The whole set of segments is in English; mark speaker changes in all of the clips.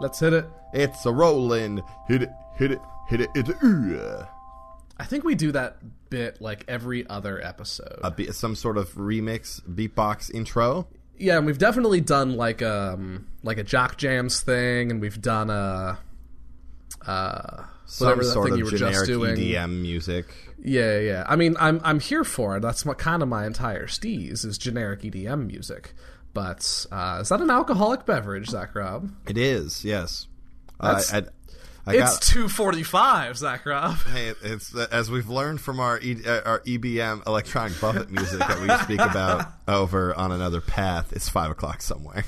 Speaker 1: Let's hit it.
Speaker 2: It's a rolling. Hit it, hit it, hit it. It's ooh.
Speaker 1: I think we do that bit like every other episode.
Speaker 2: A be- some sort of remix beatbox intro.
Speaker 1: yeah, and we've definitely done like um like a jock jams thing, and we've done a uh
Speaker 2: Some
Speaker 1: whatever that
Speaker 2: sort
Speaker 1: thing
Speaker 2: of
Speaker 1: you were
Speaker 2: generic
Speaker 1: just doing.
Speaker 2: EDM music.
Speaker 1: Yeah, yeah. I mean, I'm I'm here for it. That's what kind of my entire steez is generic EDM music. But uh, is that an alcoholic beverage, Zach Rob?
Speaker 2: It is, yes.
Speaker 1: That's-
Speaker 2: Uh, I, I, I
Speaker 1: It's
Speaker 2: got,
Speaker 1: two forty five, Zach Rob.
Speaker 2: Hey, it's uh, as we've learned from our e, uh, our EBM electronic buffet music that we speak about over on another path. It's five o'clock somewhere.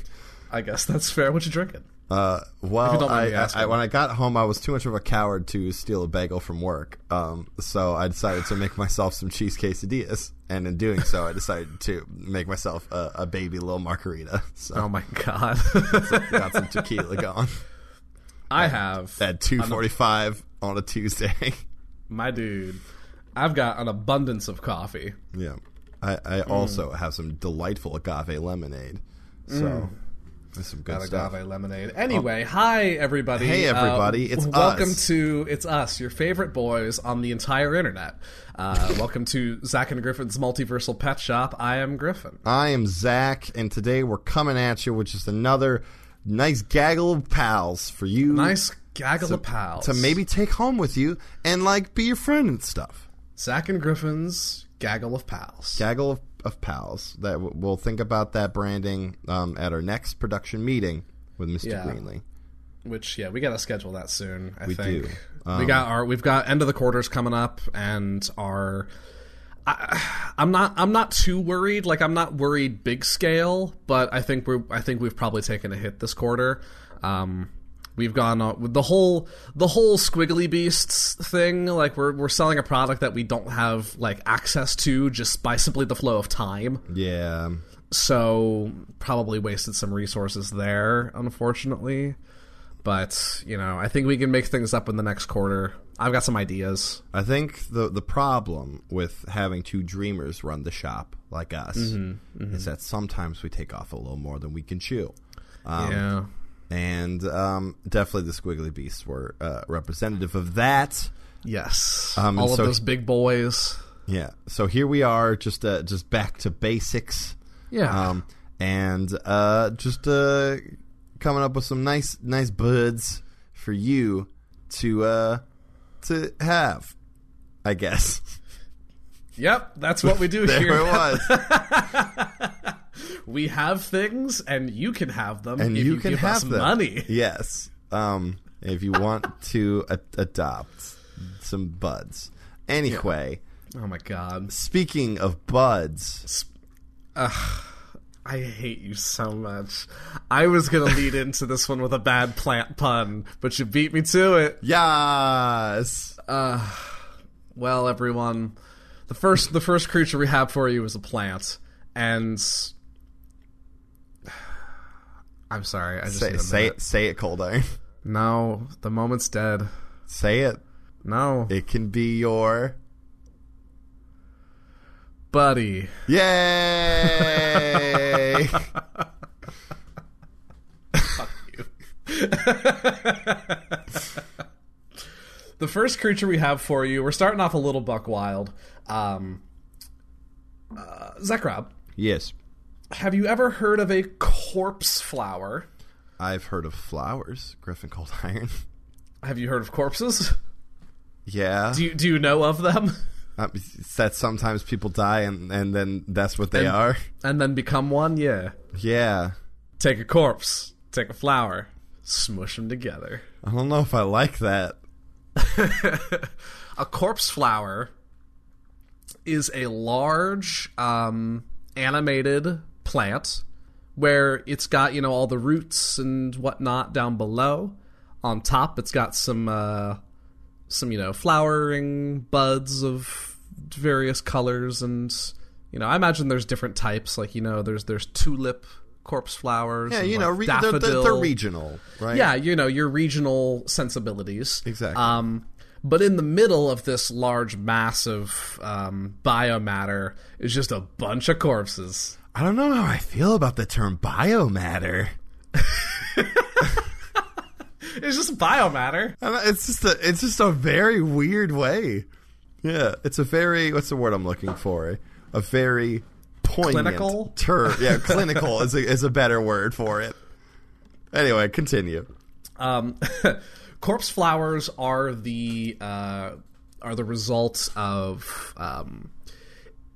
Speaker 1: I guess that's fair. What you drinking?
Speaker 2: Uh,
Speaker 1: you
Speaker 2: well,
Speaker 1: don't mind
Speaker 2: I,
Speaker 1: me
Speaker 2: I,
Speaker 1: asking.
Speaker 2: I- when I got home, I was too much of a coward to steal a bagel from work. Um, so I decided to make myself some cheese quesadillas, and in doing so, I decided to make myself a, a baby little margarita. So
Speaker 1: Oh my god,
Speaker 2: got some tequila going
Speaker 1: I have
Speaker 2: at two forty-five on a Tuesday.
Speaker 1: my dude. I've got an abundance of coffee.
Speaker 2: yeah, I, I
Speaker 1: Mm.
Speaker 2: also have some delightful agave lemonade. So that's some good
Speaker 1: Mm. Got
Speaker 2: stuff.
Speaker 1: agave lemonade. Anyway, hi everybody.
Speaker 2: Um, Hey, everybody.
Speaker 1: Uh,
Speaker 2: It's
Speaker 1: welcome
Speaker 2: us.
Speaker 1: to it's us, your favorite boys on the entire internet. Uh, welcome to Zach and Griffin's Multiversal Pet Shop. I am Griffin.
Speaker 2: I am Zach, and today we're coming at you with just another nice gaggle of pals for you.
Speaker 1: Nice gaggle of pals.
Speaker 2: to Hmm. maybe take home with you and like be your friend and stuff.
Speaker 1: Zach and Griffin's gaggle of pals.
Speaker 2: Gaggle of, of pals. That w- we'll think about that branding um, at our next production meeting with Mr.
Speaker 1: Yeah.
Speaker 2: Greenley.
Speaker 1: Which yeah, we gotta schedule that soon. I we think
Speaker 2: do.
Speaker 1: we got our we've got end of the quarters coming up, and our I, I'm not I'm not too worried. Like I'm not worried big scale, but I think we're I think we've probably taken a hit this quarter. Um, we've gone uh, with the whole the whole squiggly beasts thing. Like we're we're selling a product that we don't have like access to just by simply the flow of time
Speaker 2: Yeah,
Speaker 1: so probably wasted some resources there unfortunately but you know i think we can make things up in the next quarter i've got some ideas
Speaker 2: I think the the problem with having two dreamers run the shop like us is that sometimes we take off a little more than we can chew. Um,
Speaker 1: yeah
Speaker 2: And um, definitely the Squiggly Beasts were uh, representative of that.
Speaker 1: yes
Speaker 2: Um, and
Speaker 1: all of
Speaker 2: so-
Speaker 1: those big boys
Speaker 2: Yeah. So here we are, just uh, just back to basics.
Speaker 1: yeah
Speaker 2: um, and uh, just uh, coming up with some nice nice buds for you to uh, to have. I guess
Speaker 1: yep that's what we do
Speaker 2: there it
Speaker 1: here
Speaker 2: was,
Speaker 1: we have things and you can have them
Speaker 2: and
Speaker 1: if
Speaker 2: you, can
Speaker 1: give
Speaker 2: have
Speaker 1: us
Speaker 2: them.
Speaker 1: money
Speaker 2: Yes, um, if you want to a- adopt some buds. Anyway,
Speaker 1: oh my god
Speaker 2: speaking of buds,
Speaker 1: I hate you so much. I was gonna lead into this one with a bad plant pun, but you beat me to it.
Speaker 2: yes,
Speaker 1: Well, everyone, the first the first creature we have for you is a plant, and I'm sorry, I just
Speaker 2: say,
Speaker 1: need a
Speaker 2: say
Speaker 1: minute.
Speaker 2: it, say it, Cold Iron.
Speaker 1: No, the moment's dead.
Speaker 2: Say it.
Speaker 1: No,
Speaker 2: It can be your
Speaker 1: buddy.
Speaker 2: Yay!
Speaker 1: The first creature we have for you, we're starting off a little buck wild. Um, uh, Zekrob,
Speaker 2: yes,
Speaker 1: have you ever heard of a corpse flower?
Speaker 2: I've heard of flowers, Griffin Cold Iron.
Speaker 1: Have you heard of corpses?
Speaker 2: yeah,
Speaker 1: Do you, do you know of them?
Speaker 2: Uh, it's that sometimes people die and and then that's what they are.
Speaker 1: And then become one? Yeah.
Speaker 2: Yeah,
Speaker 1: Take a corpse, take a flower, smush them together.
Speaker 2: I don't know if I like that.
Speaker 1: a corpse flower is a large um, animated plant where it's got you know all the roots and whatnot down below. On top, it's got some uh, some you know flowering buds of various colors, and you know I imagine there's different types. Like you know there's there's tulip corpse flowers.
Speaker 2: Yeah,
Speaker 1: and,
Speaker 2: you know,
Speaker 1: like,
Speaker 2: re- they're,
Speaker 1: daffodil.
Speaker 2: they're, they're regional, right?
Speaker 1: Yeah, you know your regional sensibilities
Speaker 2: Exactly.
Speaker 1: Um, but in the middle of this large mass of um, biomatter is just a bunch of corpses.
Speaker 2: I don't know how I feel about the term biomatter.
Speaker 1: It's just biomatter.
Speaker 2: I don't- It's just a it's just a very weird way. Yeah, it's a very what's the word I'm looking for? A very poignant
Speaker 1: Clinical?
Speaker 2: term. Yeah, clinical is a, is a better word for it. Anyway, continue.
Speaker 1: Um, corpse flowers are the uh, are the result of um,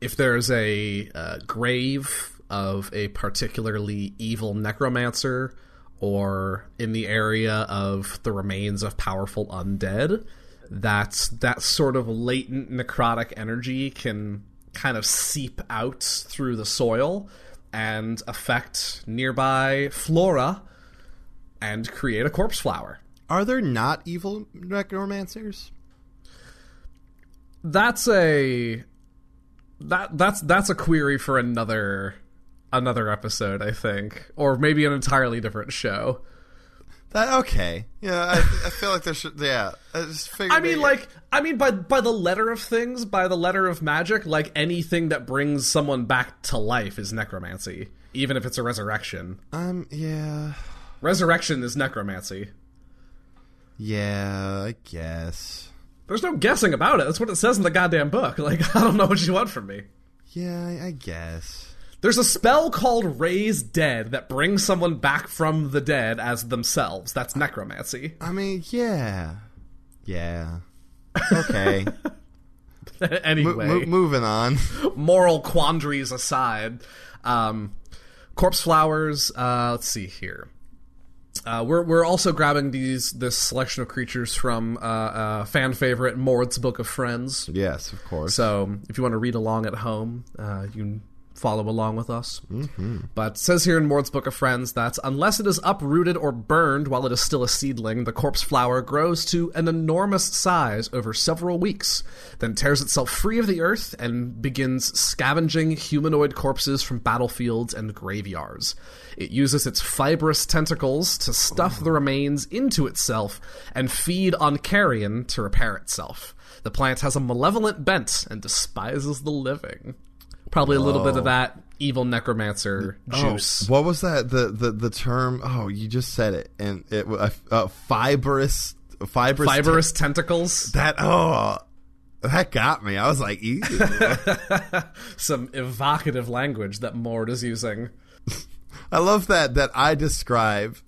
Speaker 1: if there's a uh, grave of a particularly evil necromancer, or in the area of the remains of powerful undead. That's that sort of latent necrotic energy can kind of seep out through the soil and affect nearby flora and create a corpse flower.
Speaker 2: Are there not evil necromancers?
Speaker 1: That's a that that's that's a query for another another episode, I think, or maybe an entirely different show.
Speaker 2: That okay? Yeah, I, I feel like there should. Yeah, I just figured.
Speaker 1: I mean,
Speaker 2: that-
Speaker 1: like, I mean, by by the letter of things, by the letter of magic, like anything that brings someone back to life is necromancy, even if it's a resurrection.
Speaker 2: um, yeah,
Speaker 1: Resurrection is necromancy.
Speaker 2: yeah, I guess.
Speaker 1: There's no guessing about it. That's what it says in the goddamn book. Like, I don't know what you want from me.
Speaker 2: Yeah, I, I guess.
Speaker 1: There's a spell called Raise Dead that brings someone back from the dead as themselves. That's necromancy.
Speaker 2: I mean, yeah, yeah. Okay.
Speaker 1: anyway,
Speaker 2: Mo- moving on.
Speaker 1: moral quandaries aside, um, corpse flowers. Uh, let's see here. Uh, we're we're also grabbing these this selection of creatures from uh, uh, fan favorite Mord's Book of Friends.
Speaker 2: Yes, of course.
Speaker 1: So if you want to read along at home, uh, you can follow along with us. But it says here in Mord's Book of Friends that unless it is uprooted or burned while it is still a seedling, the corpse flower grows to an enormous size over several weeks, then tears itself free of the earth and begins scavenging humanoid corpses from battlefields and graveyards. It uses its fibrous tentacles to stuff the remains into itself and feed on carrion to repair itself. The plant has a malevolent bent and despises the living. Probably a little bit of that evil necromancer juice.
Speaker 2: What was that? The, the the term? Oh, you just said it, and it wa- uh, uh, fibrous, fibrous,
Speaker 1: Fibrous tentacles,
Speaker 2: that oh, that got me. I was like, ew.
Speaker 1: some evocative language that Mord is using.
Speaker 2: I love that that I describe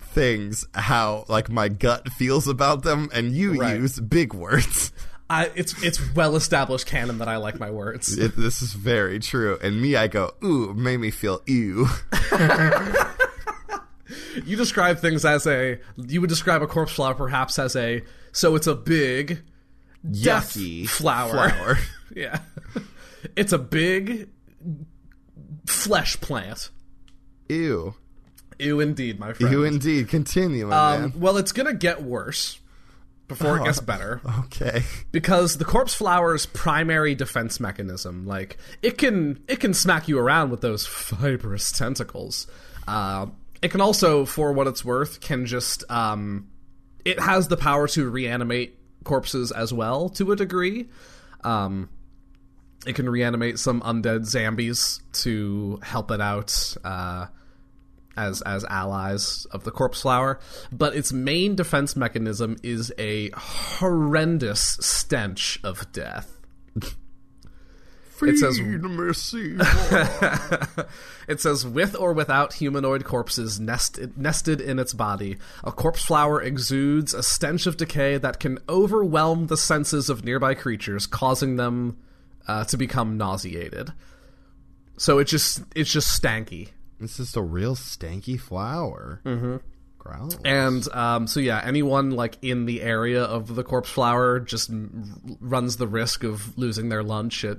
Speaker 2: things how like my gut feels about them, and you
Speaker 1: Right.
Speaker 2: use big words.
Speaker 1: I, it's it's well established canon that I like my words.
Speaker 2: It, this is very true. And me, I go, ooh, made me feel ew.
Speaker 1: You describe things as a you would describe a corpse flower perhaps as a so it's a big death
Speaker 2: Yucky
Speaker 1: flower.
Speaker 2: flower.
Speaker 1: Yeah. It's a big flesh plant.
Speaker 2: ew.
Speaker 1: Ew indeed, my friend.
Speaker 2: Ew, indeed. Continue, my
Speaker 1: um,
Speaker 2: man.
Speaker 1: well, it's going to get worse before it gets better.
Speaker 2: Okay.
Speaker 1: because the corpse flower's primary defense mechanism like it can it can smack you around with those fibrous tentacles uh, it can also for what it's worth can just um, it has the power to reanimate corpses as well to a degree um, it can reanimate some undead zombies to help it out uh, as as allies of the corpse flower but its main defense mechanism is a horrendous stench of death
Speaker 2: Feed
Speaker 1: says-
Speaker 2: me, sea
Speaker 1: it says with or without humanoid corpses nested, nested in its body a corpse flower exudes a stench of decay that can overwhelm the senses of nearby creatures causing them uh, to become nauseated so it just it's just stanky
Speaker 2: It's just a real stanky flower. Mm-hmm. Gross.
Speaker 1: And um, so yeah, anyone like in the area of the corpse flower just m- runs the risk of losing their lunch at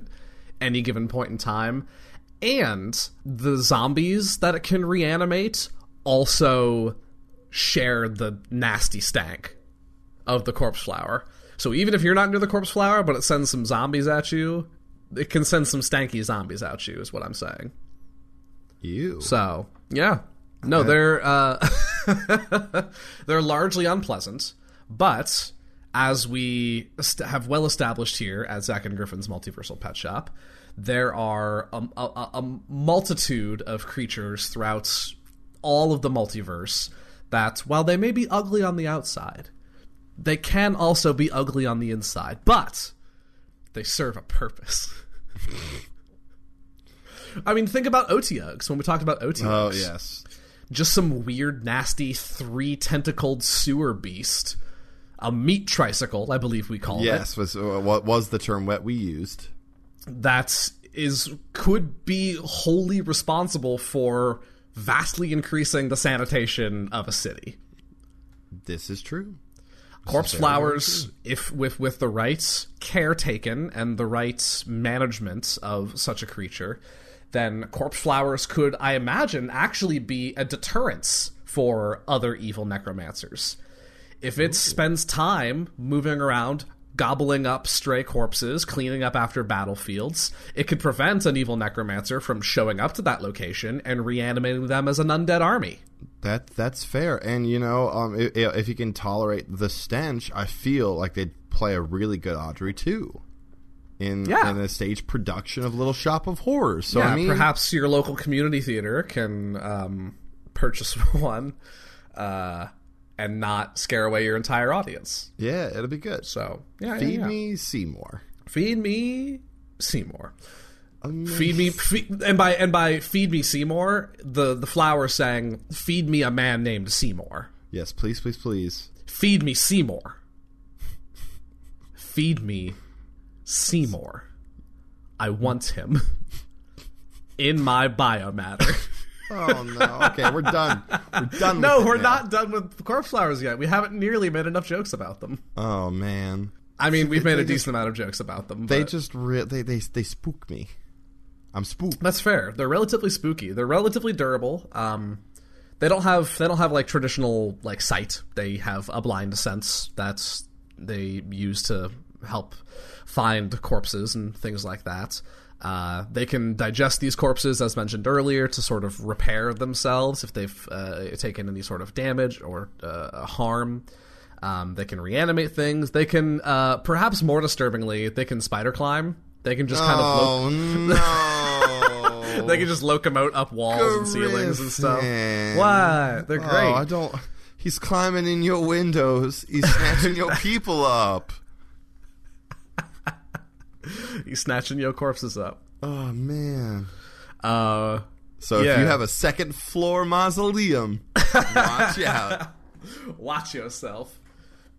Speaker 1: any given point in time. and the zombies that it can reanimate also share the nasty stank of the corpse flower. So even if you're not near the corpse flower, but it sends some zombies at you, it can send some stanky zombies at you. Is what I'm saying.
Speaker 2: You.
Speaker 1: So yeah, no, they're uh, they're largely unpleasant, but as we est- have well established here at Zach and Griffin's Multiversal Pet Shop, there are a, a, a- a multitude of creatures throughout all of the multiverse that, while they may be ugly on the outside, they can also be ugly on the inside. But they serve a purpose. I mean, think about Otiugs when we talked about Otiugs
Speaker 2: Oh yes.
Speaker 1: just some weird, nasty, three tentacled sewer beast. A meat tricycle, I believe we call it.
Speaker 2: Yes was uh, what was the term that we used.
Speaker 1: That is could be wholly responsible for vastly increasing the sanitation of a city.
Speaker 2: This is true.
Speaker 1: Corpse flowers, if with with the right care taken and the right management of such a creature, then corpse flowers could, I imagine, actually be a deterrence for other evil necromancers. If it spends time moving around, gobbling up stray corpses, cleaning up after battlefields, it could prevent an evil necromancer from showing up to that location and reanimating them as an undead army.
Speaker 2: That that's fair, and you know, um, if, if you can tolerate the stench, I feel like they'd play a really good Audrey too, in
Speaker 1: Yeah.
Speaker 2: in a stage production of Little Shop of Horrors. So
Speaker 1: Yeah,
Speaker 2: I mean,
Speaker 1: perhaps your local community theater can um, purchase one uh, and not scare away your entire audience.
Speaker 2: yeah, it'll be good.
Speaker 1: So, yeah,
Speaker 2: Feed
Speaker 1: yeah, yeah.
Speaker 2: me Seymour.
Speaker 1: feed me Seymour.
Speaker 2: Um,
Speaker 1: Feed me, feed, and by and by, feed me Seymour. The the flower sang, "Feed me a man named Seymour.
Speaker 2: Yes, please, please, please.
Speaker 1: Feed me Seymour. Feed me Seymour. I want him in my biomatter."
Speaker 2: Oh no. Okay, we're done. We're done.
Speaker 1: No,
Speaker 2: with it
Speaker 1: we're
Speaker 2: now.
Speaker 1: not done with corpse flowers yet. We haven't nearly made enough jokes about them.
Speaker 2: Oh man,
Speaker 1: I mean, we've made a
Speaker 2: just-
Speaker 1: decent amount of jokes about them.
Speaker 2: they
Speaker 1: but
Speaker 2: just re- they they they spook me. I'm spooked.
Speaker 1: that's fair. They're relatively spooky. They're relatively durable. Um, they don't have they don't have like traditional like sight. They have a blind sense that they use to help find corpses and things like that. Uh, they can digest these corpses, as mentioned earlier, to sort of repair themselves if they've uh, taken any sort of damage or uh, harm. Um, they can reanimate things. They can, uh, perhaps more disturbingly, they can spider climb. They can just kind of lo-
Speaker 2: Oh no.
Speaker 1: they can just locomote up walls and ceilings and stuff.
Speaker 2: Griffin.
Speaker 1: What? They're great.
Speaker 2: Oh, I don't. He's climbing in your windows. He's snatching your people up.
Speaker 1: He's snatching your corpses up.
Speaker 2: Oh man.
Speaker 1: Uh,
Speaker 2: So if
Speaker 1: Yeah.
Speaker 2: you have a second floor mausoleum, watch out.
Speaker 1: watch yourself.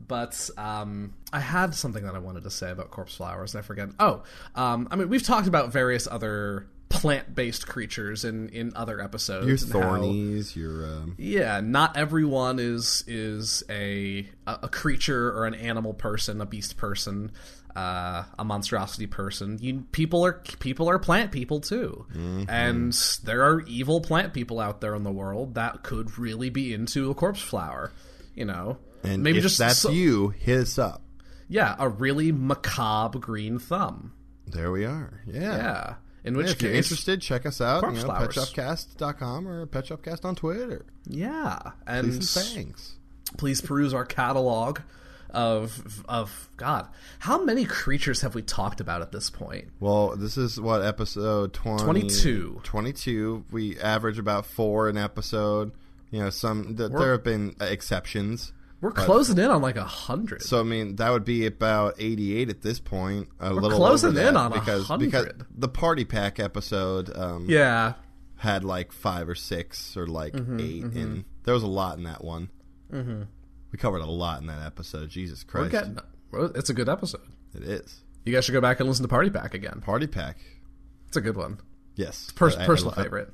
Speaker 1: But um, I had something that I wanted to say about corpse flowers, and I forget. Oh, um, I mean, we've talked about various other plant-based creatures in in other episodes.
Speaker 2: Your
Speaker 1: and how-
Speaker 2: thornies. Your um,
Speaker 1: Yeah, not everyone is is a a a creature or an animal person, a beast person, uh, a monstrosity person. You, people are people are plant people too,
Speaker 2: Mm-hmm.
Speaker 1: and there are evil plant people out there in the world that could really be into a corpse flower. You know,
Speaker 2: and if that's
Speaker 1: so-
Speaker 2: you. Hit us up.
Speaker 1: yeah, a really macabre green thumb.
Speaker 2: There we are. Yeah.
Speaker 1: Yeah, in which
Speaker 2: Yeah, if
Speaker 1: case,
Speaker 2: you're interested, check us out. You
Speaker 1: Corpse
Speaker 2: know,
Speaker 1: flowers.
Speaker 2: petshopcast.com or petshopcast on Twitter.
Speaker 1: yeah, and
Speaker 2: Please and thanks.
Speaker 1: please peruse our catalog of of God. How many creatures have we talked about at this point?
Speaker 2: Well, this is what episode 20,
Speaker 1: 22.
Speaker 2: 22. We average about four an episode. You know, some th- there have been exceptions.
Speaker 1: We're closing in on like a hundred.
Speaker 2: So I mean, that would be about 88 at this point. A We're little
Speaker 1: closing
Speaker 2: over that
Speaker 1: in on
Speaker 2: because
Speaker 1: 100.
Speaker 2: because the party pack episode um,
Speaker 1: yeah,
Speaker 2: had like five or six or like
Speaker 1: Mm-hmm,
Speaker 2: 8 and there was a lot in that one. Mm-hmm. We covered a lot in that episode. Jesus
Speaker 1: we're
Speaker 2: Christ,
Speaker 1: getting. It's a good episode.
Speaker 2: it is
Speaker 1: You guys should go back and listen to Party Back again.
Speaker 2: party pack.
Speaker 1: It's a good one.
Speaker 2: Yes,
Speaker 1: Pers-
Speaker 2: I- Um, I-
Speaker 1: personal favorite.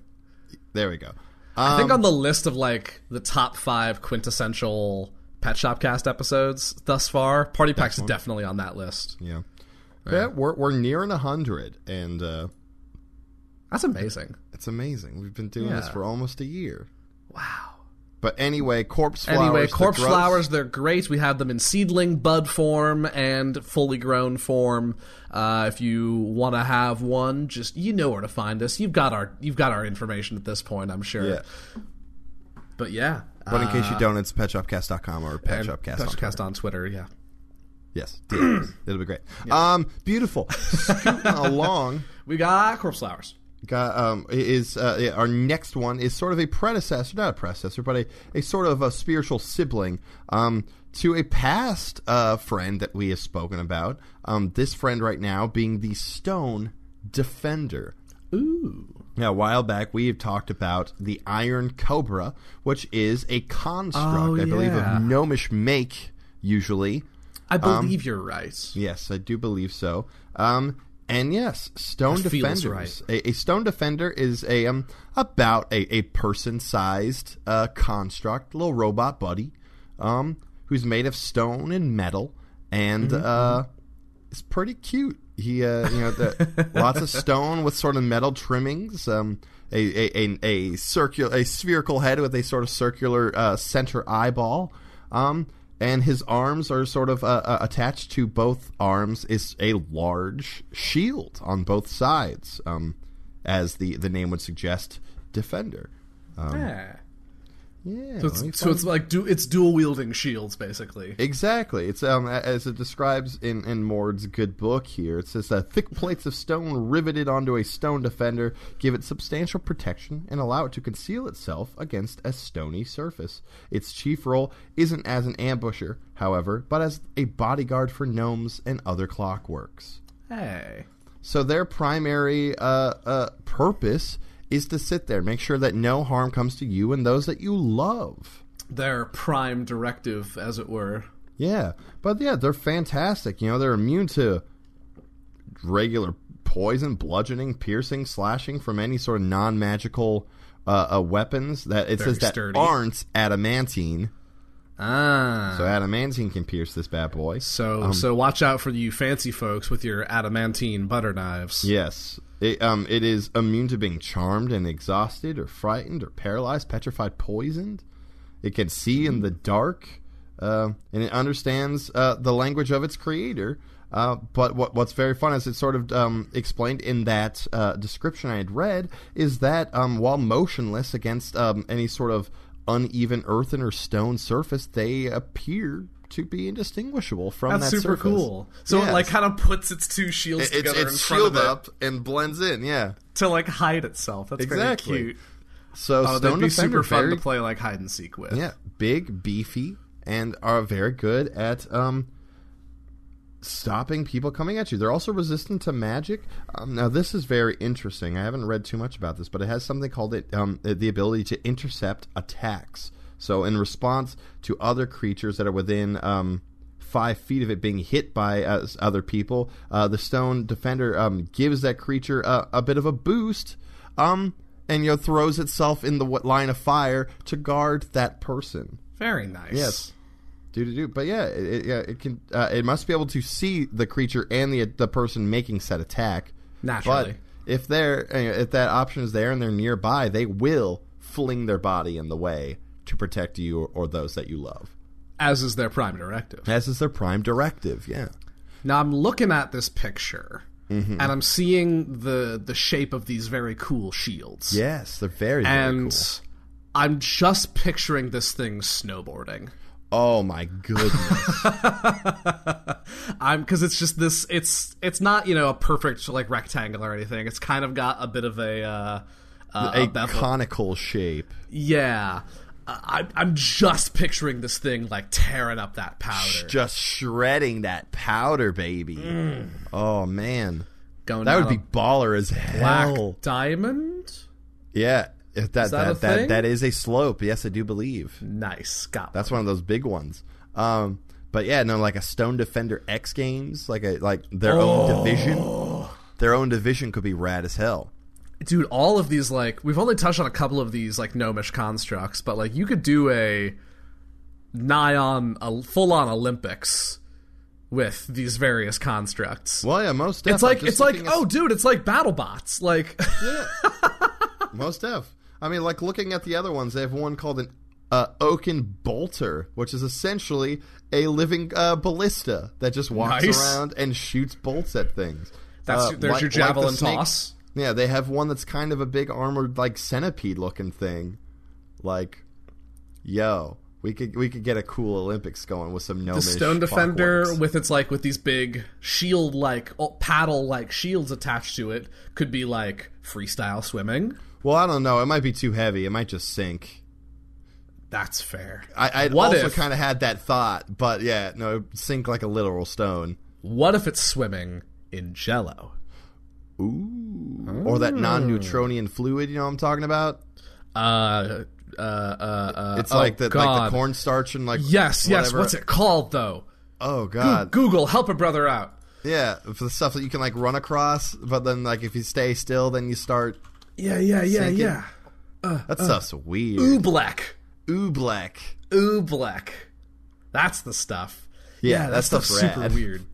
Speaker 2: There we go.
Speaker 1: I think on the list of like the top five quintessential Pet Shop Cast episodes thus far, Party Pack's definitely
Speaker 2: Um,
Speaker 1: on that list.
Speaker 2: Yeah. Yeah, we're, we're nearing 100, and uh,
Speaker 1: That's amazing.
Speaker 2: It's amazing. We've been doing this
Speaker 1: Yeah.
Speaker 2: for almost a year.
Speaker 1: Wow.
Speaker 2: But anyway, corpse flowers.
Speaker 1: Anyway,
Speaker 2: the
Speaker 1: corpse
Speaker 2: growth-
Speaker 1: flowers, they're great. We have them in seedling, bud form, and fully grown form. Uh, if you want to have one, just you know where to find us. You've got our you've got our information at this point, I'm sure.
Speaker 2: Yeah.
Speaker 1: But yeah. uh,
Speaker 2: But in case you don't, it's petshopcast.com or petshopcast. on Twitter.
Speaker 1: Touchcast on Twitter, yeah.
Speaker 2: Yes, deal. it'll be great. Um, beautiful. Scooting along,
Speaker 1: We got corpse flowers.
Speaker 2: got, um, is uh, yeah, our next one is sort of a predecessor, not a predecessor, but a, a sort of a spiritual sibling um, to a past uh, friend that we have spoken about. Um, this friend right now being the Stone Defender.
Speaker 1: Ooh.
Speaker 2: Now, a while back, we have talked about the Iron Cobra, which is a construct,
Speaker 1: Oh,
Speaker 2: I believe,
Speaker 1: yeah.
Speaker 2: of gnomish make, usually.
Speaker 1: I believe you're right.
Speaker 2: Yes, I do believe so. Um, and yes, stone
Speaker 1: That feels
Speaker 2: defenders. A, a stone defender is a um, about a, a person-sized uh, construct, little robot buddy, um, who's made of stone and metal, and uh, it's pretty cute. He, uh, you know, the, lots of stone with sort of metal trimmings. Um, a a, a, a circular, a spherical head with a sort of circular uh, center eyeball. Um, and his arms are sort of uh, uh, attached to both arms is a large shield on both sides, um, as the the name would suggest. Defender.
Speaker 1: yeah.
Speaker 2: Yeah.
Speaker 1: So
Speaker 2: let me
Speaker 1: it's, so it's like du- it's dual wielding shields basically.
Speaker 2: Exactly. It's um, a- as it describes in in Mord's good book here. It says uh, thick plates of stone riveted onto a stone defender give it substantial protection and allow it to conceal itself against a stony surface. Its chief role isn't as an ambusher, however, but as a bodyguard for gnomes and other clockworks.
Speaker 1: Hey.
Speaker 2: So their primary uh, uh, purpose is to sit there, make sure that no harm comes to you and those that you love.
Speaker 1: Their prime directive, as it were.
Speaker 2: Yeah, but yeah, they're fantastic. You know, they're immune to regular poison, bludgeoning, piercing, slashing from any sort of non-magical uh, uh, weapons. That it
Speaker 1: Very
Speaker 2: says that
Speaker 1: sturdy.
Speaker 2: aren't adamantine,
Speaker 1: Ah.
Speaker 2: so adamantine can pierce this bad boy.
Speaker 1: So
Speaker 2: Um,
Speaker 1: so watch out for you fancy folks with your adamantine butter knives.
Speaker 2: Yes. It, um, it is immune to being charmed and exhausted or frightened or paralyzed, petrified, poisoned. It can see
Speaker 1: Mm-hmm.
Speaker 2: in the dark, uh, and it understands uh, the language of its creator. Uh, but what, what's very fun is it's sort of um, explained in that uh, description I had read is that um, while motionless against um, any sort of uneven earthen or stone surface, they appear to be indistinguishable from
Speaker 1: That's
Speaker 2: that
Speaker 1: super
Speaker 2: surface.
Speaker 1: cool. So it
Speaker 2: Yes.
Speaker 1: like kind of puts its two shields
Speaker 2: It- It's,
Speaker 1: together
Speaker 2: it's
Speaker 1: in front of
Speaker 2: sealed
Speaker 1: it
Speaker 2: up and blends in, yeah.
Speaker 1: to like hide itself. That's
Speaker 2: Exactly.
Speaker 1: very cute.
Speaker 2: So
Speaker 1: Oh,
Speaker 2: Stone
Speaker 1: that'd
Speaker 2: Defender,
Speaker 1: be super fun
Speaker 2: very-
Speaker 1: to play like hide and seek with.
Speaker 2: Yeah, big, beefy, and are very good at um, stopping people coming at you. They're also resistant to magic. Um, now, this is very interesting. I haven't read too much about this, but it has something called it um, the ability to intercept attacks. So, in response to other creatures that are within um, five feet of it being hit by uh, s- other people, uh, the stone defender um, gives that creature uh, a bit of a boost. Um, and you know, throws itself in the w- line of fire to guard that person.
Speaker 1: Very nice.
Speaker 2: Yes. Do do do. But yeah, it, it, yeah, it can. Uh, it must be able to see the creature and the the person making said attack.
Speaker 1: Naturally.
Speaker 2: But if they're uh, if that option is there and they're nearby, they will fling their body in the way to protect you or, or those that you love.
Speaker 1: As is their prime directive.
Speaker 2: As is their prime directive. Yeah.
Speaker 1: Now I'm looking at this picture
Speaker 2: Mm-hmm.
Speaker 1: and I'm seeing the the shape of these very cool shields.
Speaker 2: Yes, they're very very
Speaker 1: And
Speaker 2: cool.
Speaker 1: I'm just picturing this thing snowboarding.
Speaker 2: Oh my goodness.
Speaker 1: I'm because it's just this. It's it's not you know a perfect like rectangle or anything. It's kind of got a bit of a uh, uh, a
Speaker 2: a
Speaker 1: bevel.
Speaker 2: conical shape.
Speaker 1: yeah. Uh, I, I'm just picturing this thing like tearing up that powder.
Speaker 2: Just shredding that powder, baby. Oh man.
Speaker 1: Going
Speaker 2: That would
Speaker 1: down
Speaker 2: be
Speaker 1: Mm. a
Speaker 2: baller as
Speaker 1: black
Speaker 2: hell.
Speaker 1: diamond.
Speaker 2: Yeah, if that
Speaker 1: that
Speaker 2: that,
Speaker 1: a
Speaker 2: that
Speaker 1: thing?
Speaker 2: that is a slope. Yes, I do believe
Speaker 1: Nice, got
Speaker 2: that's one of those big ones. Um, but yeah, no, like a Stone Defender X Games, like a like their
Speaker 1: Oh.
Speaker 2: own division. Their own division could be rad as hell.
Speaker 1: dude. All of these like we've only touched on a couple of these like gnomish constructs, but like you could do a nigh on a full on Olympics with these various constructs.
Speaker 2: Well, yeah, most def.
Speaker 1: It's like
Speaker 2: I'm just
Speaker 1: it's like
Speaker 2: looking at-
Speaker 1: oh, dude, it's like BattleBots. Like
Speaker 2: most def. I mean, like looking at the other ones, they have one called an uh, oaken bolter, which is essentially a living uh, ballista that just walks
Speaker 1: Nice.
Speaker 2: around and shoots bolts at things.
Speaker 1: That's-
Speaker 2: Uh,
Speaker 1: there's
Speaker 2: like- like the
Speaker 1: your javelin
Speaker 2: snake.
Speaker 1: toss.
Speaker 2: Yeah, they have one that's kind of a big armored like centipede looking thing. Like, yo, we could we could get a cool Olympics going with some no
Speaker 1: The stone defender
Speaker 2: Clockworks.
Speaker 1: with its like with these big shield like oh, paddle like shields attached to it could be like freestyle swimming.
Speaker 2: Well, I don't know. It might be too heavy. It might just sink.
Speaker 1: That's fair.
Speaker 2: I I'd
Speaker 1: What
Speaker 2: also
Speaker 1: if-
Speaker 2: kind of had that thought, but yeah, no, it'd sink like a literal stone.
Speaker 1: What if it's swimming in jello?
Speaker 2: Ooh. Or that non-neutronian fluid. You know what I'm talking about?
Speaker 1: Uh, uh, uh, uh
Speaker 2: It's
Speaker 1: oh,
Speaker 2: like the like
Speaker 1: God.
Speaker 2: the cornstarch and like
Speaker 1: Yes, yes.
Speaker 2: whatever.
Speaker 1: What's it called though?
Speaker 2: Oh god.
Speaker 1: Google, help a brother out.
Speaker 2: Yeah, for the stuff that you can like run across, but then like if you stay still, then you start.
Speaker 1: Yeah, yeah, yeah,
Speaker 2: Thinking-
Speaker 1: yeah.
Speaker 2: That stuff's weird.
Speaker 1: Oobleck.
Speaker 2: Ooh, black.
Speaker 1: Oobleck. That's the stuff.
Speaker 2: Yeah, that
Speaker 1: that stuff's
Speaker 2: stuff's
Speaker 1: super
Speaker 2: rad.
Speaker 1: weird.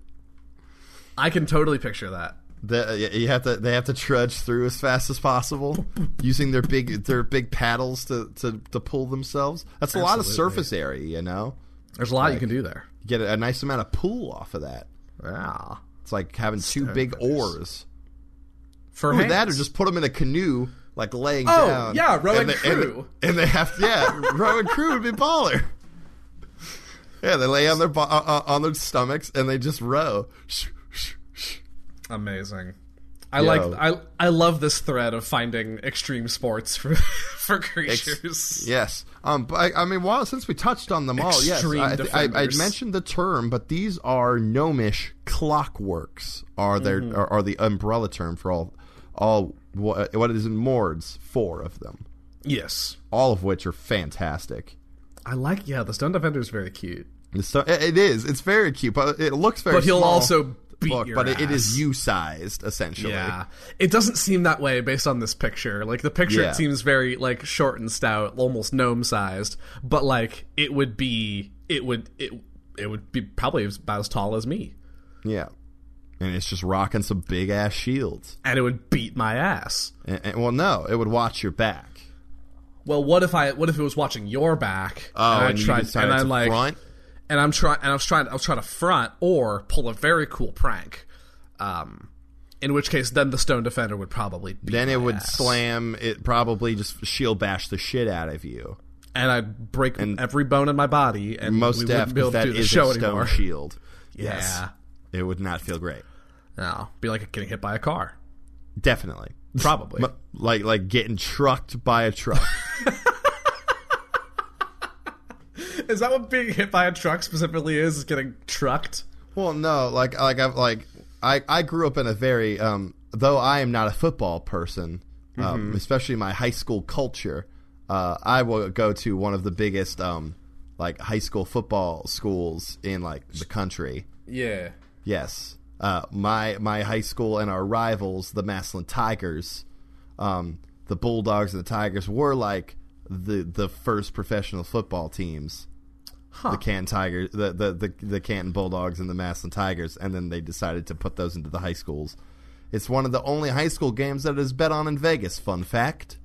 Speaker 1: I can totally picture that.
Speaker 2: The, y- you have to. They have to trudge through as fast as possible, using their big their big paddles to to, to pull themselves. That's a lot of
Speaker 1: Absolutely.
Speaker 2: surface area, you know.
Speaker 1: There's a lot you can do there.
Speaker 2: You get a, a nice amount of pull off of that.
Speaker 1: Yeah.
Speaker 2: It's like having two big oars.
Speaker 1: For
Speaker 2: Either
Speaker 1: hands.
Speaker 2: that, or just put them in a canoe, like laying
Speaker 1: Oh,
Speaker 2: down.
Speaker 1: yeah, row and
Speaker 2: they,
Speaker 1: crew.
Speaker 2: And, they have to, yeah, row and crew would be baller. Yeah, they lay on their bo- uh, uh, on their stomachs and they just row.
Speaker 1: amazing. I like I I love this thread of finding extreme sports for for creatures.
Speaker 2: Yes. Um. But I, I mean, while since we touched on them all,
Speaker 1: Extreme
Speaker 2: yes, I, thi- I, I
Speaker 1: defenders.
Speaker 2: mentioned the term, but these are gnomish clockworks. Are their
Speaker 1: Mm-hmm.
Speaker 2: are, are the umbrella term for all all what, what it is in Mords? Four of them,
Speaker 1: Yes.
Speaker 2: all of which are fantastic.
Speaker 1: I like yeah, the stone defender is very cute.
Speaker 2: The sto- it it is. It's very cute, but it looks very.
Speaker 1: But he'll
Speaker 2: small
Speaker 1: also beat
Speaker 2: book,
Speaker 1: your
Speaker 2: but it- it
Speaker 1: ass.
Speaker 2: is you sized essentially.
Speaker 1: Yeah. It doesn't seem that way based on this picture. Like the picture
Speaker 2: Yeah.
Speaker 1: it seems very like short and stout, almost gnome sized, but like it would be it would it it would be probably about as tall as me.
Speaker 2: Yeah. And it's just rocking some big ass shields.
Speaker 1: And it would beat my ass.
Speaker 2: And, and- well, no, it would watch your back.
Speaker 1: Well, what if I what if it was watching your back
Speaker 2: Oh,
Speaker 1: and I
Speaker 2: and you
Speaker 1: tried
Speaker 2: decided
Speaker 1: and I
Speaker 2: to
Speaker 1: like
Speaker 2: front?
Speaker 1: and I'm trying and I was trying I was trying to front or pull a very cool prank. Um in which case then the stone defender would probably beat
Speaker 2: Then it
Speaker 1: my
Speaker 2: would
Speaker 1: ass.
Speaker 2: slam. It probably just shield bash the shit out of you.
Speaker 1: and I'd break every bone in my body, and
Speaker 2: Most
Speaker 1: we
Speaker 2: def
Speaker 1: wouldn't be able to
Speaker 2: that
Speaker 1: do the
Speaker 2: is
Speaker 1: show
Speaker 2: a stone
Speaker 1: anymore.
Speaker 2: shield.
Speaker 1: Yeah,
Speaker 2: Yes, it would not feel great.
Speaker 1: no, be like getting hit by a car,
Speaker 2: Definitely,
Speaker 1: probably.
Speaker 2: M- like like getting trucked by a truck.
Speaker 1: is that what being hit by a truck specifically is? Is getting trucked?
Speaker 2: Well, no, like like I've like I I grew up in a very um though I am not a football person,
Speaker 1: Mm-hmm.
Speaker 2: um, especially my high school culture. Uh, I will go to one of the biggest um like high school football schools in like the country.
Speaker 1: Yeah.
Speaker 2: Yes. Uh, my my high school and our rivals, the Maslin Tigers, um, the Bulldogs and the Tigers were like the the first professional football teams. The Canton Tigers, the, the the the Canton Bulldogs and the Maslin Tigers, and then they decided to put those into the high schools. It's one of the only high school games that is bet on in Vegas. Fun fact.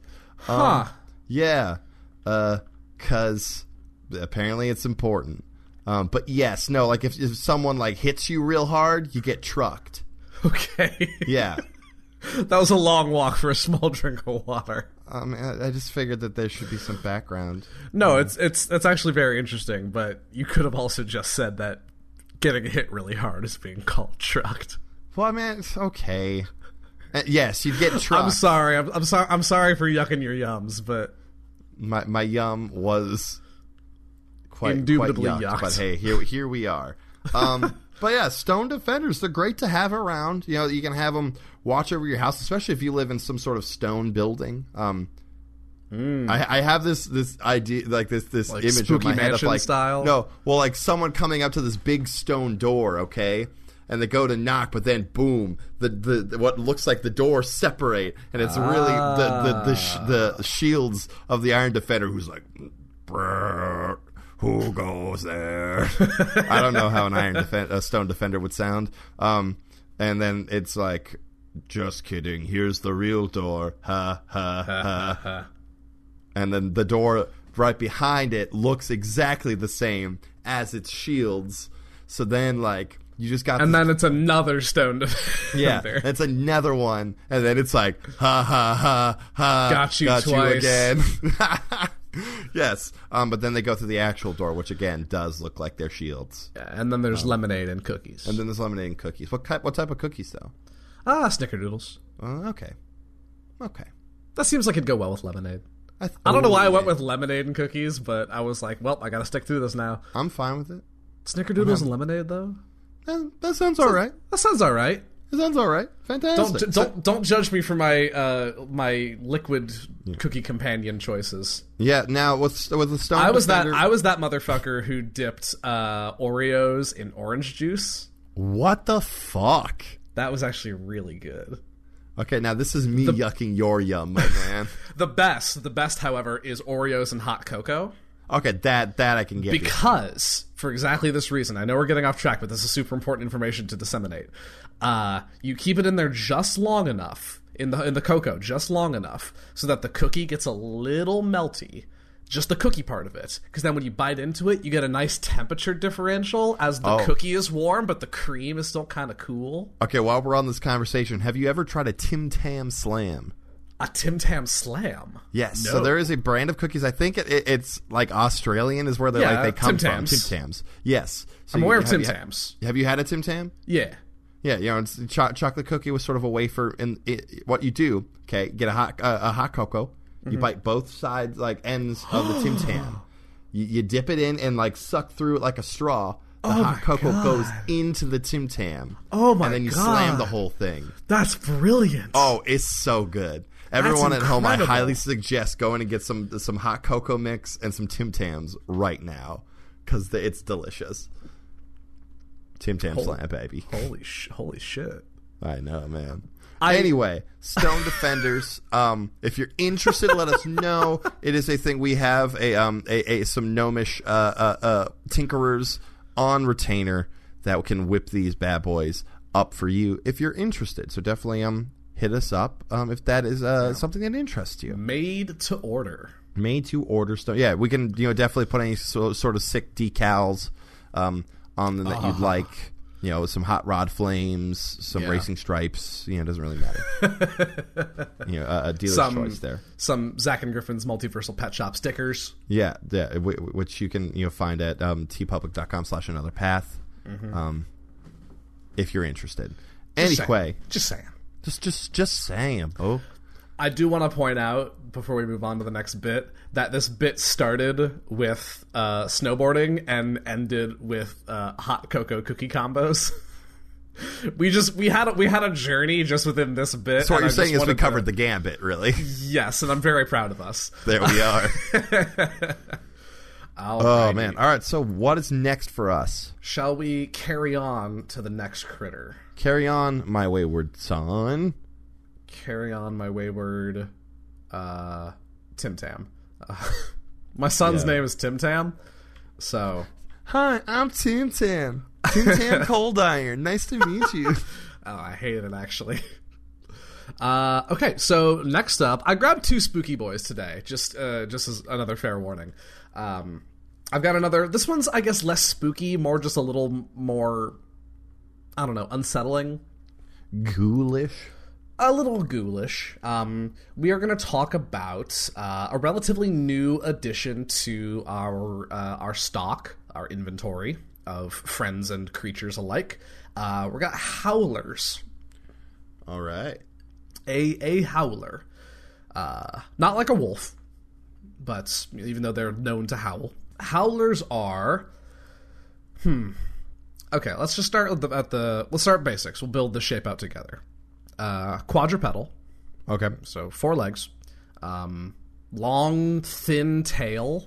Speaker 2: Um,
Speaker 1: Huh.
Speaker 2: Yeah, because apparently it's important. Um, but yes, no, like if, if someone like hits you real hard, you get trucked.
Speaker 1: okay.
Speaker 2: Yeah,
Speaker 1: that was a long walk for a small drink of water.
Speaker 2: um, I, I just figured that there should be some background.
Speaker 1: No, it's it's that's actually very interesting, but you could have also just said that getting hit really hard is being called trucked.
Speaker 2: Well, I mean, it's okay. Uh, yes, you get trucked.
Speaker 1: I'm sorry. I'm, I'm sorry. I'm sorry for yucking your yums, but
Speaker 2: my my yum was quite
Speaker 1: Indubitably
Speaker 2: quite yucked,
Speaker 1: yucked.
Speaker 2: but hey, here here we are. Um, but yeah, stone defenders they're great to have around. You know, you can have them watch over your house, especially if you live in some sort of stone building. Um, I, I have this this idea like this this
Speaker 1: Hmm. Like
Speaker 2: image of
Speaker 1: Spooky
Speaker 2: my head of
Speaker 1: Mansion
Speaker 2: like
Speaker 1: style?
Speaker 2: no, well like someone coming up to this big stone door, okay. And they go to knock, but then boom, the, the, the- what looks like the door separate, and it's really
Speaker 1: Ah.
Speaker 2: the the the, sh- the shields of the Iron Defender, who's like, "Brrr, Who goes there? I don't know how an iron defen- a stone defender would sound. Um, and then it's like, just kidding. Here's the real door. Ha ha ha. and then the door right behind it looks exactly the same as its shields. So then, like, you just got
Speaker 1: And
Speaker 2: this
Speaker 1: then it's another stone defender.
Speaker 2: yeah, that's another one, and then it's like ha ha ha ha.
Speaker 1: Got you twice.
Speaker 2: again. yes, um, but then they go through the actual door, which again does look like their shields.
Speaker 1: And then there's lemonade and cookies.
Speaker 2: And then there's lemonade and cookies. What type? What type of cookies though?
Speaker 1: ah, snickerdoodles.
Speaker 2: Uh, okay, okay.
Speaker 1: That seems like it'd go well with lemonade.
Speaker 2: I, th- Oh,
Speaker 1: I don't know why I went with lemonade and cookies, but I was like, well, I gotta stick through this now.
Speaker 2: I'm fine with it.
Speaker 1: Snickerdoodles and lemonade, though?
Speaker 2: Eh, that sounds all right.
Speaker 1: That sounds alright.
Speaker 2: That sounds all right.
Speaker 1: Don't
Speaker 2: Fantastic.
Speaker 1: ju- don't don't judge me for my uh, my liquid cookie companion choices.
Speaker 2: yeah. Now with with the stone,
Speaker 1: I was that
Speaker 2: defender,
Speaker 1: I was that motherfucker who dipped uh, Oreos in orange juice.
Speaker 2: What the fuck?
Speaker 1: That was actually really good.
Speaker 2: Okay, now this is me yucking your yum, my man.
Speaker 1: The best, the best, however, is Oreos and hot cocoa
Speaker 2: okay, that that I can get. behind.
Speaker 1: because, for exactly this reason, I know we're getting off track, but this is super important information to disseminate. Uh, you keep it in there just long enough in the in the cocoa, just long enough, so that the cookie gets a little melty. Just the cookie part of it, because then when you bite into it, you get a nice temperature differential as the
Speaker 2: Oh.
Speaker 1: cookie is warm, but the cream is still kind of cool.
Speaker 2: Okay, while we're on this conversation, have you ever tried a Tim Tam Slam?
Speaker 1: A Tim Tam Slam.
Speaker 2: Yes. So there is a brand of cookies. I think it, it, it's like Australian is where they
Speaker 1: Yeah,
Speaker 2: like they come
Speaker 1: Tim
Speaker 2: from.
Speaker 1: Tams.
Speaker 2: Tim Tams. Yes. So
Speaker 1: I'm
Speaker 2: you-
Speaker 1: aware of
Speaker 2: have
Speaker 1: Tim
Speaker 2: you-
Speaker 1: Tams.
Speaker 2: Have you had a Tim Tam?
Speaker 1: Yeah.
Speaker 2: Yeah, you know, it's cho- chocolate cookie with sort of a wafer. And it, what you do, okay, get a hot uh, a hot cocoa.
Speaker 1: Mm-hmm.
Speaker 2: You bite both sides, like ends of the Tim Tam. You, you dip it in and like suck through it like a straw. The hot cocoa goes into the Tim Tam.
Speaker 1: Oh my
Speaker 2: And then you
Speaker 1: God.
Speaker 2: slam the whole thing.
Speaker 1: That's brilliant.
Speaker 2: Oh, it's so good. Everyone at home, I
Speaker 1: incredible.
Speaker 2: highly suggest going and get some some hot cocoa mix and some Tim Tams right now because it's delicious. Tim Tam slam, baby.
Speaker 1: Holy sh- holy shit.
Speaker 2: I know, man.
Speaker 1: I-
Speaker 2: anyway, Stone Defenders. Um, if you're interested, let us know. It is a thing we have a um a, a some gnomish uh, uh uh tinkerers on retainer that can whip these bad boys up for you if you're interested. So definitely um hit us up um if that is uh something that interests you.
Speaker 1: Made to order.
Speaker 2: Made to order stone. Yeah, we can you know definitely put any so, sort of sick decals um, on them that you'd like. You know, some hot rod flames, some
Speaker 1: Uh-huh. Yeah.
Speaker 2: racing stripes. You know, it doesn't really matter. you know, a, a dealer's
Speaker 1: Some-
Speaker 2: choice there.
Speaker 1: Some Zack and Griffin's multiversal pet shop stickers.
Speaker 2: Yeah, yeah, wh- wh- which you can you know find at um, tpublic.com slash another path, um, if you're interested. Anyway,
Speaker 1: Mm-hmm. Just saying.
Speaker 2: just just just saying, Bo.
Speaker 1: I do want to point out before we move on to the next bit that this bit started with uh, snowboarding and ended with uh, hot cocoa cookie combos. we just we had a, we had a journey just within this bit.
Speaker 2: So what
Speaker 1: and
Speaker 2: you're
Speaker 1: I just
Speaker 2: saying is we
Speaker 1: wanted to-
Speaker 2: covered the gambit, really?
Speaker 1: yes, and I'm very proud of us.
Speaker 2: there we are. oh man! All right. So what is next for us?
Speaker 1: Shall we carry on to the next critter?
Speaker 2: Carry on, my wayward son.
Speaker 1: Carry on, my wayward uh, Tim Tam. Uh, my son's name is Tim Tam, so
Speaker 2: Hi, I'm Tim Tam. Tim Tam Cold Iron. Nice to meet you.
Speaker 1: oh, I hate it actually. Uh, okay, so next up, I grabbed two spooky boys today. Just, uh, just as another fair warning. Um, I've got another. This one's, I guess, less spooky, more just a little m- more. I don't know, unsettling.
Speaker 2: Ghoulish.
Speaker 1: a little ghoulish. Um, we are going to talk about uh, a relatively new addition to our uh, our stock, our inventory of friends and creatures alike. Uh, we got howlers,
Speaker 2: All right.
Speaker 1: a a howler, uh, not like a wolf, but even though they're known to howl, howlers are. Hmm. Okay, let's just start at the, at the let's start basics. We'll build the shape out together. Uh, quadrupedal,
Speaker 2: Okay.
Speaker 1: so four legs, um, long thin tail,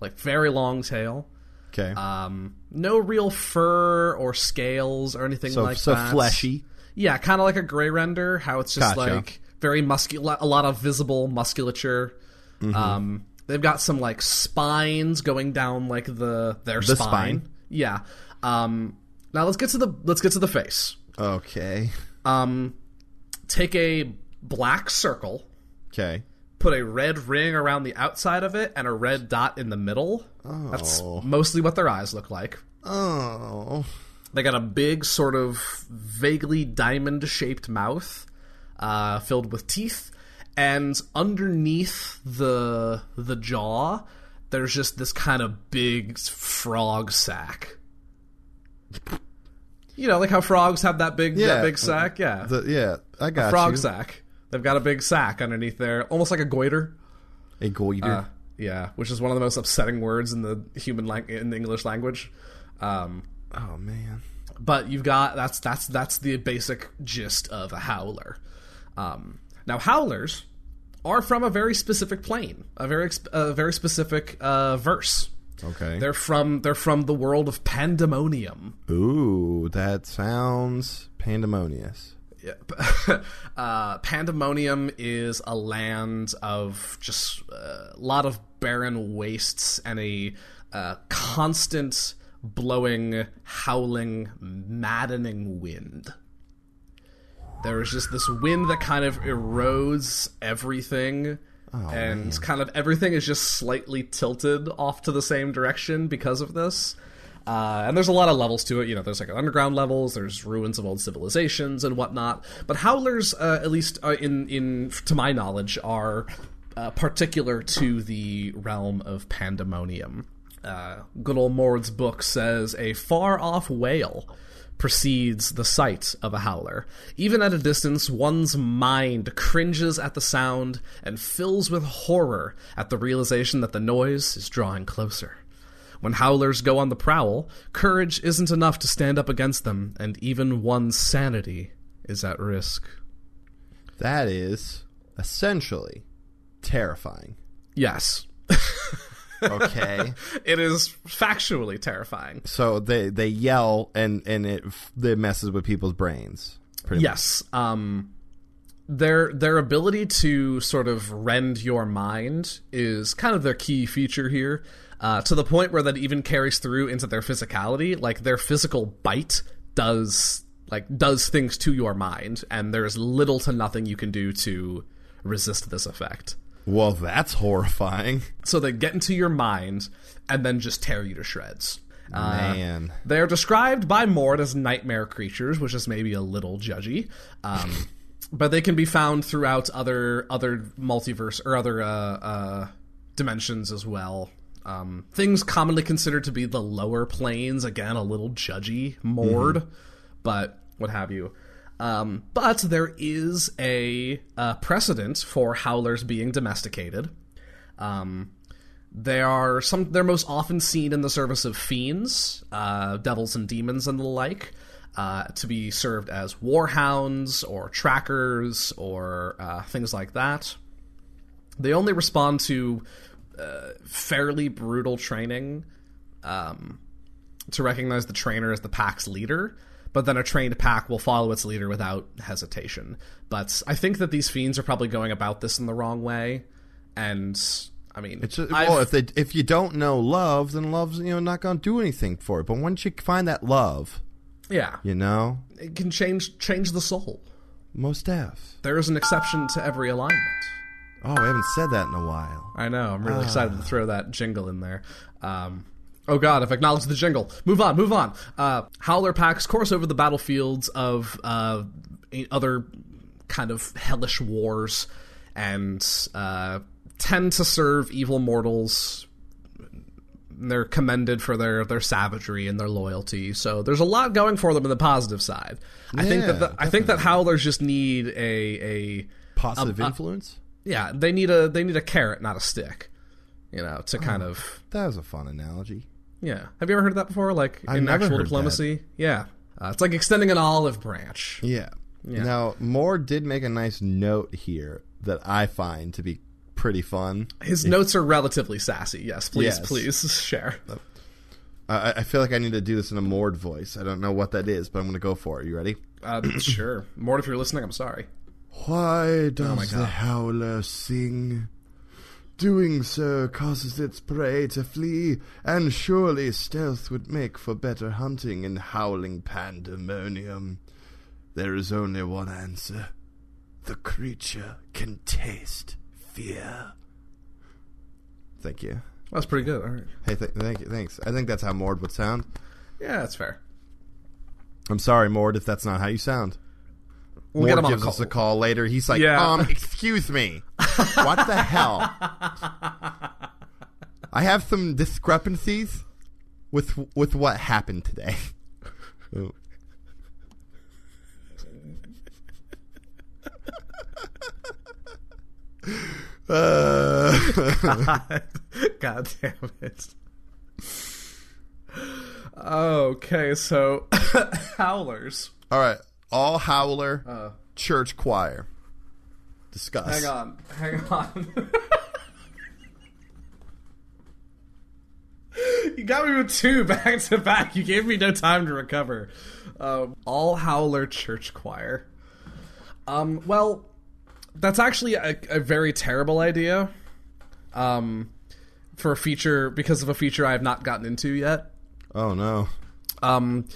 Speaker 1: like very long tail.
Speaker 2: Okay.
Speaker 1: Um, no real fur or scales or anything
Speaker 2: so
Speaker 1: like
Speaker 2: so
Speaker 1: that.
Speaker 2: fleshy.
Speaker 1: Yeah, kind of like a gray render. How it's just
Speaker 2: Gotcha. Mm-hmm.
Speaker 1: like very muscular, a lot of visible musculature. Um, They've got some like spines going down like the their
Speaker 2: The
Speaker 1: spine.
Speaker 2: spine.
Speaker 1: Yeah. Um, now let's get to the let's get to the face.
Speaker 2: Okay.
Speaker 1: Um, take a black circle,
Speaker 2: Okay.
Speaker 1: put a red ring around the outside of it, and a red dot in the middle. That's
Speaker 2: Oh.
Speaker 1: mostly what their eyes look like.
Speaker 2: Oh.
Speaker 1: They got a big, sort of vaguely diamond shaped mouth uh, filled with teeth. And underneath the the jaw, there's just this kind of big frog sack. You know, like how frogs have that big that
Speaker 2: Yeah.
Speaker 1: big sack, yeah.
Speaker 2: The, yeah, I got
Speaker 1: frog
Speaker 2: you.
Speaker 1: sack. They've got a big sack underneath there, almost like a goiter.
Speaker 2: A goiter.
Speaker 1: Uh, yeah, which is one of the most upsetting words in the human lang- in the English language. Um,
Speaker 2: oh man.
Speaker 1: but you've got that's that's that's the basic gist of a howler. Um, now howlers are from a very specific plane, a very ex- a very specific uh, verse.
Speaker 2: Okay.
Speaker 1: They're from they're from the world of pandemonium.
Speaker 2: Ooh, that sounds pandemonious.
Speaker 1: Yep. uh, Pandemonium is a land of just uh, a lot of barren wastes and a uh, constant blowing, howling, maddening wind. There is just this wind that kind of erodes everything. and kind of everything is just slightly tilted off to the same direction because of this. Uh, and there's a lot of levels to it. You know, there's like underground levels, there's ruins of old civilizations and whatnot. But howlers, uh, at least uh, in in to my knowledge, are uh, particular to the realm of pandemonium. Uh, good old Mord's book says a far off wail precedes the sight of a howler. Even at a distance, one's mind cringes at the sound and fills with horror at the realization that the noise is drawing closer. When howlers go on the prowl, courage isn't enough to stand up against them, and even one's sanity is at risk.
Speaker 2: That is essentially terrifying.
Speaker 1: Yes,
Speaker 2: Okay.
Speaker 1: it is factually terrifying.
Speaker 2: so they they yell and and it it messes with people's brains. Pretty
Speaker 1: Yes. Um their their ability to sort of rend your mind is kind of their key feature here. Uh, to the point where that even carries through into their physicality, like their physical bite does like does things to your mind and there's little to nothing you can do to resist this effect.
Speaker 2: Well, that's horrifying.
Speaker 1: So they get into your mind and then just tear you to shreds. Uh,
Speaker 2: Man.
Speaker 1: they are described by Mord as nightmare creatures, which is maybe a little judgy, um, but they can be found throughout other other multiverse or other uh, uh, dimensions as well. Um, things commonly considered to be the lower planes, again, a little judgy, Mord, but what have you. Um, but there is a, uh precedent for howlers being domesticated. Um, they are some. They're most often seen in the service of fiends, uh, devils and demons, and the like, uh, to be served as warhounds or trackers or uh, things like that. They only respond to uh, fairly brutal training um, to recognize the trainer as the pack's leader. But then a trained pack will follow its leader without hesitation. But I think that these fiends are probably going about this in the wrong way, and I mean,
Speaker 2: It's just,
Speaker 1: I've-
Speaker 2: well, if they if you don't know love, then love's you know not going to do anything for it. But once you find that love,
Speaker 1: yeah,
Speaker 2: you know,
Speaker 1: it can change change the soul.
Speaker 2: most F.
Speaker 1: There is an exception to every alignment.
Speaker 2: Oh, I haven't said that in a while.
Speaker 1: I know. I'm really excited to throw that jingle in there. Um, oh God, I've acknowledged the jingle. Move on, move on. Uh, Howler packs course over the battlefields of uh, other kind of hellish wars, and uh, tend to serve evil mortals they're commended for their their savagery and their loyalty. So there's a lot going for them on the positive side. I think that
Speaker 2: Yeah,
Speaker 1: the, I think that howlers just need a a
Speaker 2: Positive
Speaker 1: Um, uh,
Speaker 2: influence.
Speaker 1: yeah they need a they need a carrot not a stick, you know to kind
Speaker 2: Oh.
Speaker 1: of
Speaker 2: That was a fun analogy.
Speaker 1: yeah. Have you ever heard that before? Like in
Speaker 2: never
Speaker 1: actual
Speaker 2: heard
Speaker 1: diplomacy, yeah. Uh, it's like extending an olive branch.
Speaker 2: Yeah. Now, Moore did make a nice note here that I find to be pretty fun.
Speaker 1: His notes are relatively sassy. Yes, please,
Speaker 2: Yes.
Speaker 1: please share.
Speaker 2: I, I feel like I need to do this in a Mord voice. I don't know what that is, but I'm going to go for it. You ready?
Speaker 1: Uh, sure, Mort, if you're listening, I'm sorry.
Speaker 2: Why does the howler sing? Doing so causes its prey to flee, and surely stealth would make for better hunting in howling pandemonium. There is only one answer the creature can taste fear. Thank you.
Speaker 1: That's pretty good. All right.
Speaker 2: Hey, th- thank you. Thanks. I think that's how Mord would sound.
Speaker 1: Yeah, that's fair.
Speaker 2: I'm sorry, Mord, if that's not how you sound.
Speaker 1: We'll
Speaker 2: Mord
Speaker 1: get him on a
Speaker 2: gives
Speaker 1: call.
Speaker 2: us a call later. He's like,
Speaker 1: Yeah.
Speaker 2: um, excuse me. what the hell? I have some discrepancies with with what happened today. Ooh. Uh,
Speaker 1: God damn it. Okay, so howlers.
Speaker 2: all right, all howler church choir. Discuss.
Speaker 1: Uh. Hang on, Um, hang on. you got me with two back to back. You gave me no time to recover. Um, All Howler Church Choir. Um, well, that's actually a, a very terrible idea. Um, for a feature because of a feature I have not gotten into yet.
Speaker 2: Oh no.
Speaker 1: Um,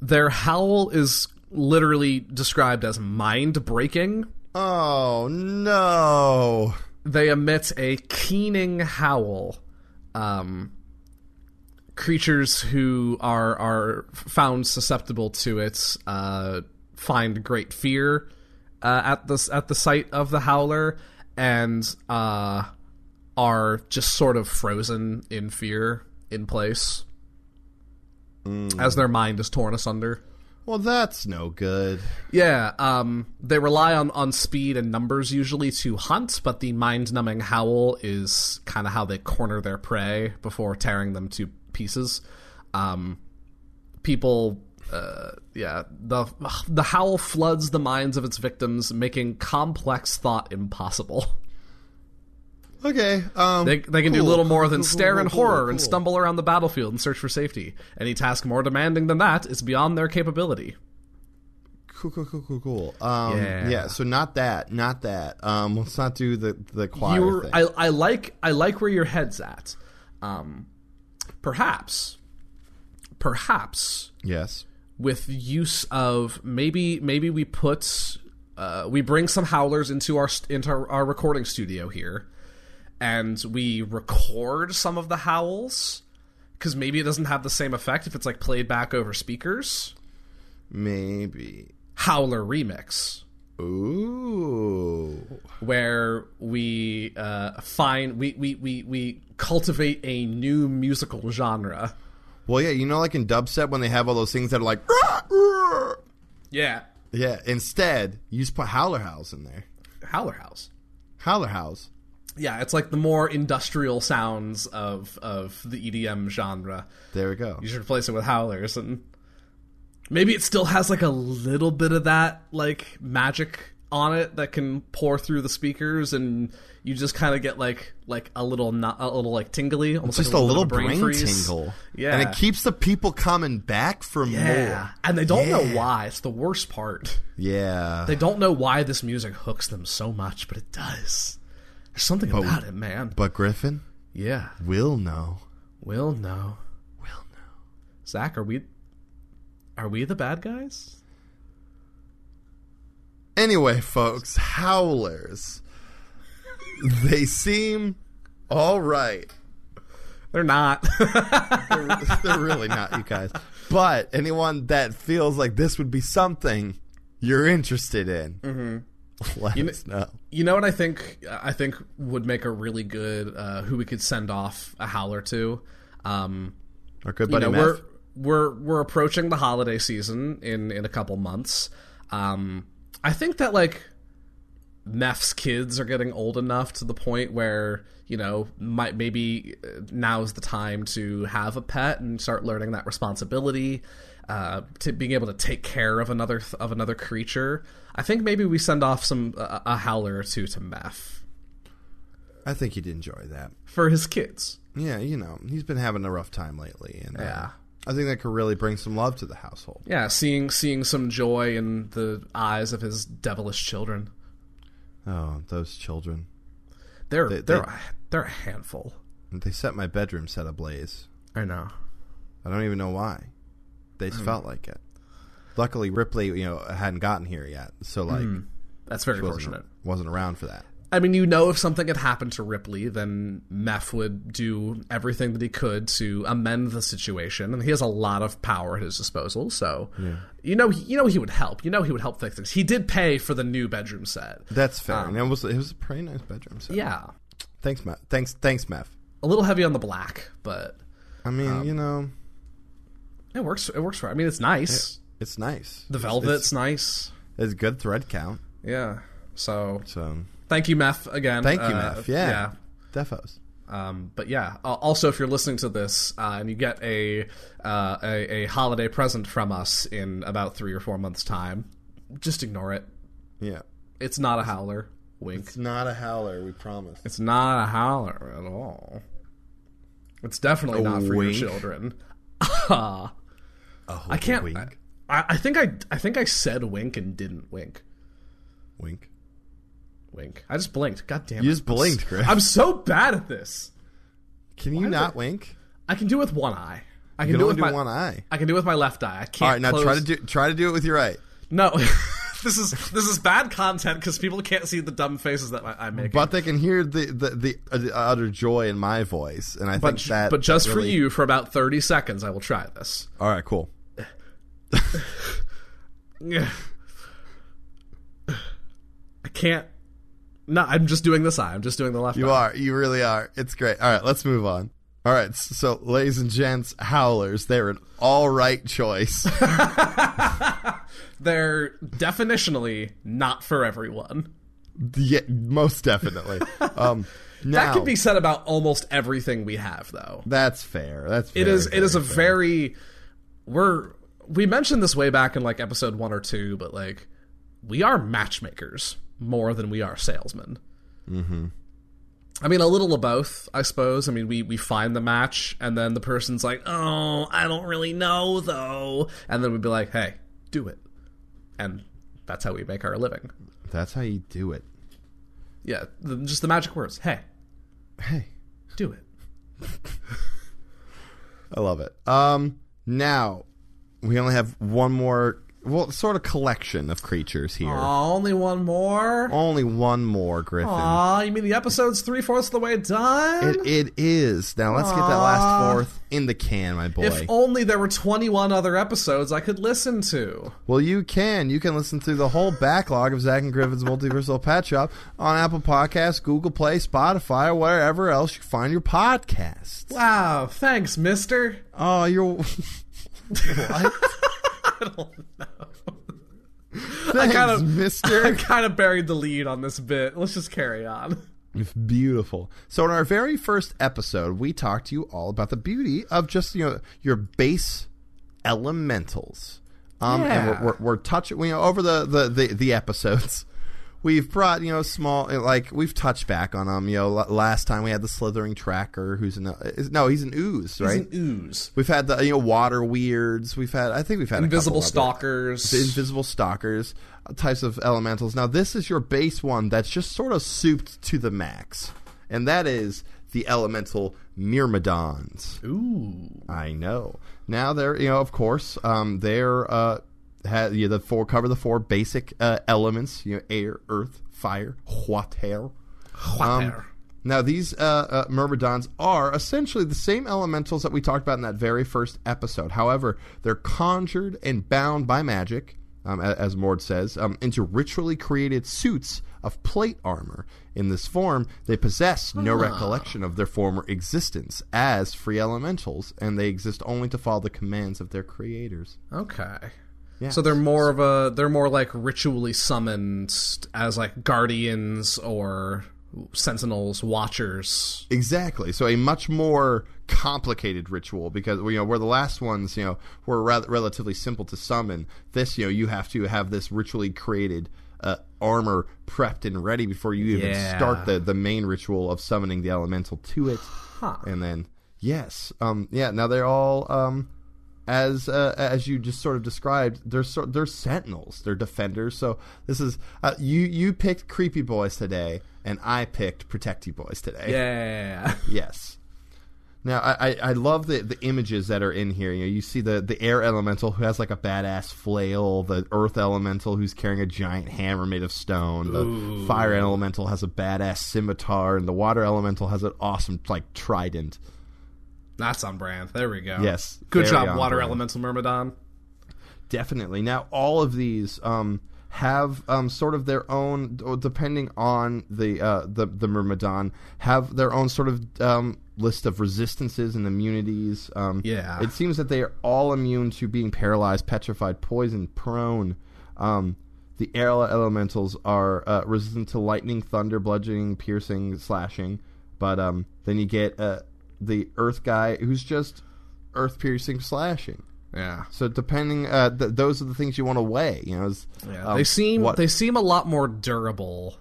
Speaker 1: their howl is literally described as mind breaking.
Speaker 2: Oh no.
Speaker 1: they emit a keening howl. Um, creatures who are are found susceptible to it uh, find great fear uh, at the at the sight of the howler and uh, are just sort of frozen in fear in place as their mind is torn asunder.
Speaker 2: Well, that's no good.
Speaker 1: Yeah, um, they rely on, on speed and numbers usually to hunt, but the mind numbing howl is kind of how they corner their prey before tearing them to pieces. Um, people, uh, yeah, the the howl floods the minds of its victims, making complex thought impossible.
Speaker 2: Okay. Um,
Speaker 1: They, they can do
Speaker 2: cool.
Speaker 1: little more than
Speaker 2: Cool,
Speaker 1: stare
Speaker 2: cool,
Speaker 1: in
Speaker 2: cool,
Speaker 1: horror and
Speaker 2: cool.
Speaker 1: stumble around the battlefield and search for safety. Any task more demanding than that is beyond their capability.
Speaker 2: Cool, cool, cool, cool, cool. Um, yeah.
Speaker 1: Yeah.
Speaker 2: So not that, not that. Um, let's not do the the choir
Speaker 1: you're,
Speaker 2: thing.
Speaker 1: I, I like I like where your head's at. Um, perhaps, perhaps
Speaker 2: yes.
Speaker 1: with use of maybe maybe we put uh, we bring some howlers into our st- into our, our recording studio here, and we record some of the howls because maybe it doesn't have the same effect if it's like played back over speakers.
Speaker 2: Maybe.
Speaker 1: Howler remix.
Speaker 2: Ooh.
Speaker 1: where we uh, find we, we, we, we cultivate a new musical genre.
Speaker 2: Well, yeah. You know, like in dubstep when they have all those things that are like. "Rah, rah."
Speaker 1: Yeah,
Speaker 2: Yeah. Instead, you just put howler house in there.
Speaker 1: Howler House.
Speaker 2: Howler house.
Speaker 1: Yeah, it's like the more industrial sounds of of the EDM genre.
Speaker 2: There we go.
Speaker 1: You should replace it with howlers, and maybe it still has like a little bit of that like magic on it that can pour through the speakers, and you just kind of get like like a little no- a little like tingly, almost
Speaker 2: Just
Speaker 1: like
Speaker 2: a
Speaker 1: bit of
Speaker 2: little brain,
Speaker 1: freeze.
Speaker 2: tingle.
Speaker 1: Yeah.
Speaker 2: And it keeps the people coming back for
Speaker 1: Yeah.
Speaker 2: more.
Speaker 1: And they don't
Speaker 2: Yeah.
Speaker 1: know why. It's the worst part.
Speaker 2: Yeah.
Speaker 1: They don't know why this music hooks them so much, but it does. There's something about it, man.
Speaker 2: but Griffin
Speaker 1: yeah.
Speaker 2: will know.
Speaker 1: We'll know.
Speaker 2: Will know.
Speaker 1: Zach, are we are we the bad guys?
Speaker 2: Anyway, folks, howlers. They seem all right.
Speaker 1: They're not.
Speaker 2: They're, they're really not, you guys. But anyone that feels like this would be something you're interested in, let us know.
Speaker 1: Mm-hmm. you know what I think I think would make a really good uh, who we could send off a howler to. Um
Speaker 2: Our good
Speaker 1: you
Speaker 2: buddy
Speaker 1: know,
Speaker 2: Matt.
Speaker 1: we're we're we're approaching the holiday season in in a couple months. Um, I think that like Meph's kids are getting old enough to the point where you know might maybe uh, now's the time to have a pet and start learning that responsibility. Uh, to being able to take care of another th- of another creature, I think maybe we send off some a, a howler or two to Meph
Speaker 2: I think he'd enjoy that.
Speaker 1: for his kids.
Speaker 2: Yeah, you know, he's been having a rough time lately, and uh,
Speaker 1: Yeah.
Speaker 2: I think that could really bring some love to the household.
Speaker 1: Yeah, seeing seeing some joy in the eyes of his devilish children.
Speaker 2: Oh, those children.
Speaker 1: They're
Speaker 2: They-
Speaker 1: they, are
Speaker 2: they-
Speaker 1: they They're a handful.
Speaker 2: They set my bedroom set ablaze.
Speaker 1: I know.
Speaker 2: I don't even know why. They
Speaker 1: Hmm.
Speaker 2: just felt like it. Luckily, Ripley, you know, hadn't gotten here yet, so
Speaker 1: Hmm.
Speaker 2: like
Speaker 1: That's very
Speaker 2: wasn't,
Speaker 1: fortunate.
Speaker 2: wasn't around for that.
Speaker 1: I mean, you know, if something had happened to Ripley, then Meph would do everything that he could to amend the situation, and he has a lot of power at his disposal. So, you know, you know, he would help. You know, he would help fix things. He did pay for the new bedroom set.
Speaker 2: That's fair.
Speaker 1: Ah.
Speaker 2: and it was it was a pretty nice bedroom set.
Speaker 1: Yeah,
Speaker 2: Thanks, Meth. Thanks, thanks, Meth.
Speaker 1: a little heavy on the black, but
Speaker 2: I mean,
Speaker 1: Um,
Speaker 2: you know,
Speaker 1: it works. It works for. I mean, it's nice.
Speaker 2: it's nice.
Speaker 1: The velvet's nice.
Speaker 2: It's good thread count.
Speaker 1: Yeah. So,
Speaker 2: So
Speaker 1: thank you, Meph, again.
Speaker 2: thank you,
Speaker 1: Uh,
Speaker 2: Meth. Yeah. Defos.
Speaker 1: Um, but yeah, uh, also if you're listening to this uh, and you get a, uh, a a holiday present from us in about three or four months' time, just ignore it.
Speaker 2: Yeah.
Speaker 1: It's not a howler. Wink.
Speaker 2: It's not a howler, we promise.
Speaker 1: It's not a howler at all. It's definitely not for
Speaker 2: wink?
Speaker 1: your children. I
Speaker 2: I
Speaker 1: can't.
Speaker 2: wink.
Speaker 1: I, I think I I think I said wink and didn't wink.
Speaker 2: wink.
Speaker 1: Wink. I just blinked. God damn it.
Speaker 2: You just blinked, Chris.
Speaker 1: I'm so bad at this.
Speaker 2: Can you not wink?
Speaker 1: I can do it with one eye. I
Speaker 2: You can
Speaker 1: can do it
Speaker 2: only
Speaker 1: with
Speaker 2: do
Speaker 1: my,
Speaker 2: one eye.
Speaker 1: I can do it with my left eye. I can't.
Speaker 2: All right, now try
Speaker 1: close-
Speaker 2: to do try to do it with your right.
Speaker 1: No, this is this is bad content because people can't see the dumb faces that I, I make.
Speaker 2: But they can hear the the, the, uh, the utter joy in my voice, and I
Speaker 1: But
Speaker 2: think
Speaker 1: ju-
Speaker 2: that.
Speaker 1: but just for
Speaker 2: really-
Speaker 1: you, for about thirty seconds, I will try this.
Speaker 2: All right, cool.
Speaker 1: I can't. No, I'm just doing this eye. I'm just doing the left.
Speaker 2: You
Speaker 1: eye.
Speaker 2: are. You really are. It's great. All right, let's move on. All right, s- so ladies and gents, howlers, they're an all right choice.
Speaker 1: They're definitionally not for everyone.
Speaker 2: yeah, most definitely. Um, now,
Speaker 1: That can be said about almost everything we have, though.
Speaker 2: That's fair. That's
Speaker 1: It is. It is a very. We're we mentioned this way back in like episode one or two, but like we are matchmakers more than we are salesmen. Mm-hmm. I mean, a little of both, I suppose. I mean, we we find the match, and then the person's like, "Oh, I don't really know though," and then we'd be like, "Hey, do it," and that's how we make our living.
Speaker 2: That's how you do it.
Speaker 1: Yeah, th- just the magic words. Hey,
Speaker 2: Hey,
Speaker 1: do it.
Speaker 2: I love it. Um, now we only have one more. Well, sort of collection of creatures here.
Speaker 1: Only one more.
Speaker 2: Only one more, Griffin.
Speaker 1: Aw, you mean the episode's three fourths of the way done?
Speaker 2: It, it is. Now let's get that last fourth in the can, my boy.
Speaker 1: if only there were 21 other episodes I could listen to.
Speaker 2: Well, you can. You can listen to the whole backlog of Zach and Griffin's Multiversal Pet Shop on Apple Podcasts, Google Play, Spotify, or wherever else you find your podcasts.
Speaker 1: Wow, thanks, mister.
Speaker 2: Oh, you're. Thanks,
Speaker 1: gotta- I
Speaker 2: Mister.
Speaker 1: kind of buried the lead on this bit. Let's just carry on.
Speaker 2: It's beautiful. So, in our very first episode, we talked to you all about the beauty of just you know your base elementals. Um, And
Speaker 1: Yeah.
Speaker 2: we're, we're, we're touching you know over the, the, the, the episodes. We've brought you know small like we've touched back on them. You know, la- last time we had the slithering tracker, who's an is- no, he's an ooze, right?
Speaker 1: ooze.
Speaker 2: we've had the you know water weirds. We've had I think we've had a couple
Speaker 1: Invisible
Speaker 2: other-
Speaker 1: stalkers.
Speaker 2: the invisible stalkers, uh, types of elementals. Now, this is your base one that's just sort of souped to the max, and that is the elemental myrmidons.
Speaker 1: Ooh.
Speaker 2: I know. Now they're you know of course um, they're uh, ha yeah, the four cover the four basic uh, elements you know air, earth, fire, water. um,
Speaker 1: Whopper.
Speaker 2: Now, these uh, uh, Myrmidons are essentially the same elementals that we talked about in that very first episode. However, they're conjured and bound by magic, um, a- as Mord says, um, into ritually created suits of plate armor. In this form, they possess no recollection of their former existence as free elementals, and they exist only to follow the commands of their creators.
Speaker 1: okay. So they're more of a they're more like ritually summoned as like guardians or sentinels, watchers.
Speaker 2: Exactly. So a much more complicated ritual because you know where the last ones you know were rather, relatively simple to summon. This you know you have to have this ritually created uh, armor prepped and ready before you even
Speaker 1: Yeah.
Speaker 2: start the the main ritual of summoning the elemental to it. And then yes, um, yeah. Now they're all um, as uh, as you just sort of described, they're sor- they're sentinels, they're defenders. So this is uh, you you picked creepy boys today, and I picked protecty boys today.
Speaker 1: Yeah.
Speaker 2: Yes. Now I, I, I love the, the images that are in here. You know, you see the, the air elemental who has like a badass flail, the earth elemental who's carrying a giant hammer made of stone, the fire elemental has a badass scimitar, and the water elemental has an awesome like trident.
Speaker 1: That's on brand. There we go.
Speaker 2: Yes,
Speaker 1: Good
Speaker 2: very
Speaker 1: job,
Speaker 2: on
Speaker 1: Water
Speaker 2: brand.
Speaker 1: Elemental Myrmidon.
Speaker 2: Definitely. Now, all of these um, have um, sort of their own, or depending on the uh, the the Myrmidon, have their own sort of um, list of resistances and immunities. Um,
Speaker 1: Yeah.
Speaker 2: It seems that they are all immune to being paralyzed, petrified, poisoned, prone. Um, the air elementals are uh, resistant to lightning, thunder, bludgeoning, piercing, slashing. But um, then you get uh, the earth guy who's just earth piercing, slashing.
Speaker 1: Yeah.
Speaker 2: So depending, uh, th- those are the things you want to weigh. You know, is,
Speaker 1: Yeah.
Speaker 2: um,
Speaker 1: they seem
Speaker 2: what-
Speaker 1: they seem a lot more durable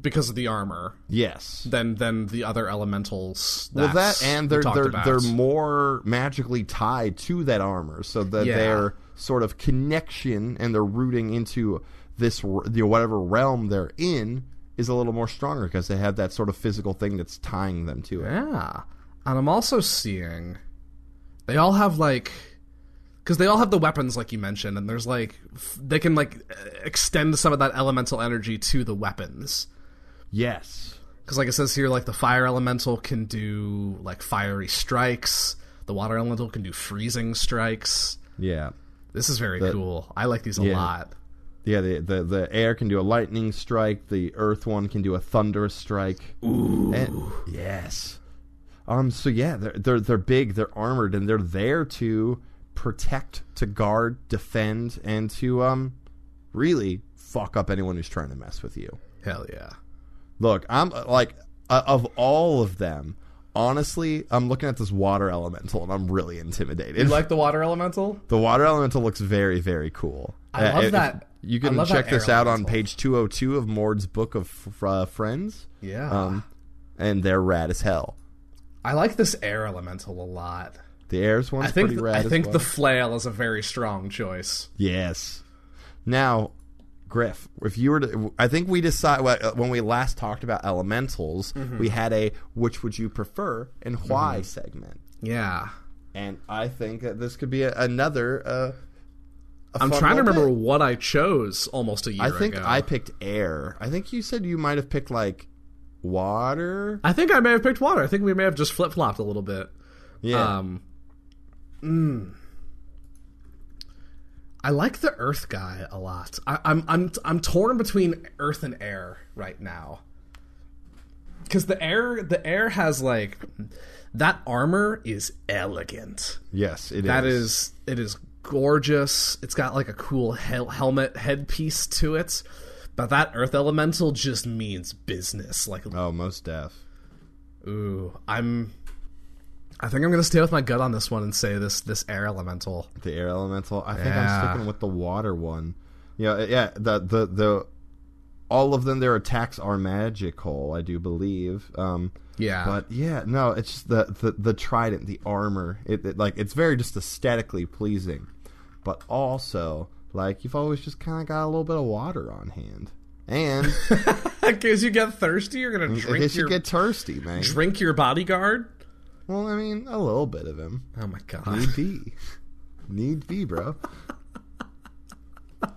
Speaker 1: because of the armor
Speaker 2: yes.
Speaker 1: than than the other elementals.
Speaker 2: Well,
Speaker 1: that's-
Speaker 2: that and
Speaker 1: we
Speaker 2: they're
Speaker 1: talked
Speaker 2: they're
Speaker 1: about.
Speaker 2: they're more magically tied to that armor, so that
Speaker 1: Yeah.
Speaker 2: their sort of connection and their rooting into this r- you know, whatever realm they're in is a little more stronger because they have that sort of physical thing that's tying them to it.
Speaker 1: Yeah. And I'm also seeing they all have like because they all have the weapons like you mentioned and there's like f- they can like extend some of that elemental energy to the weapons.
Speaker 2: Yes.
Speaker 1: Cuz like it says here like the fire elemental can do like fiery strikes, the water elemental can do freezing strikes.
Speaker 2: Yeah.
Speaker 1: This is very cool. I like these a
Speaker 2: Yeah.
Speaker 1: lot.
Speaker 2: Yeah, the, the the air can do a lightning strike. The earth one can do a thunderous strike. Ooh, yes. Um. So yeah, they're they're they're big. They're armored, and they're there to protect, to guard, defend, and to um, really fuck up anyone who's trying to mess with you.
Speaker 1: Hell yeah.
Speaker 2: Look, I'm uh, like uh, of all of them. Honestly, I'm looking at this water elemental, and I'm really intimidated.
Speaker 1: You like the water elemental?
Speaker 2: The water elemental looks very, very cool. Uh,
Speaker 1: I love
Speaker 2: if-
Speaker 1: that-
Speaker 2: You
Speaker 1: I
Speaker 2: can
Speaker 1: love
Speaker 2: check
Speaker 1: that
Speaker 2: this
Speaker 1: air
Speaker 2: out on
Speaker 1: elemental.
Speaker 2: page 202 of Mord's Book of F- uh, Friends.
Speaker 1: Yeah.
Speaker 2: Um, and they're rad as hell.
Speaker 1: I like this air elemental a lot.
Speaker 2: The Airs one's
Speaker 1: I think
Speaker 2: pretty
Speaker 1: th-
Speaker 2: rad
Speaker 1: I
Speaker 2: as
Speaker 1: think
Speaker 2: well.
Speaker 1: the flail is a very strong choice.
Speaker 2: Yes. Now, Griff, if you were to, I think we decide well, uh, when we last talked about elementals,
Speaker 1: Mm-hmm.
Speaker 2: we had a which would you prefer and why segment,
Speaker 1: Yeah.
Speaker 2: and I think that this could be a, another. Uh, a
Speaker 1: I'm
Speaker 2: fun
Speaker 1: trying to
Speaker 2: little
Speaker 1: remember
Speaker 2: bit.
Speaker 1: what I chose almost a year
Speaker 2: I think
Speaker 1: ago.
Speaker 2: I picked air. I think you said you might have picked like water.
Speaker 1: I think I may have picked water. I think we may have just flip flopped a little bit.
Speaker 2: Yeah.
Speaker 1: Um, mm. I like the Earth guy a lot. I, I'm I'm I'm torn between Earth and Air right now. Because the air the air has like that armor is elegant.
Speaker 2: yes, it is.
Speaker 1: That is it is gorgeous. It's got like a cool hel- helmet headpiece to it. But that earth elemental just means business. Like
Speaker 2: Oh, most deaf.
Speaker 1: ooh, I'm I think I'm going to stay with my gut on this one and say this this air elemental.
Speaker 2: The air elemental. I think I'm
Speaker 1: Yeah.
Speaker 2: sticking with the water one. Yeah, uh, yeah. The the the all of them. Their attacks are magical. I do believe. Um,
Speaker 1: Yeah.
Speaker 2: but yeah, no. It's just the the, the trident, the armor. It, it like it's very just aesthetically pleasing, but also like you've always just kind of got a little bit of water on hand, and
Speaker 1: in case you get thirsty, you're going to
Speaker 2: Mm, I
Speaker 1: drink
Speaker 2: guess
Speaker 1: your
Speaker 2: you get thirsty, man.
Speaker 1: drink your bodyguard.
Speaker 2: Well, I mean, a little bit of him.
Speaker 1: Oh my god.
Speaker 2: Need be. Need be, bro.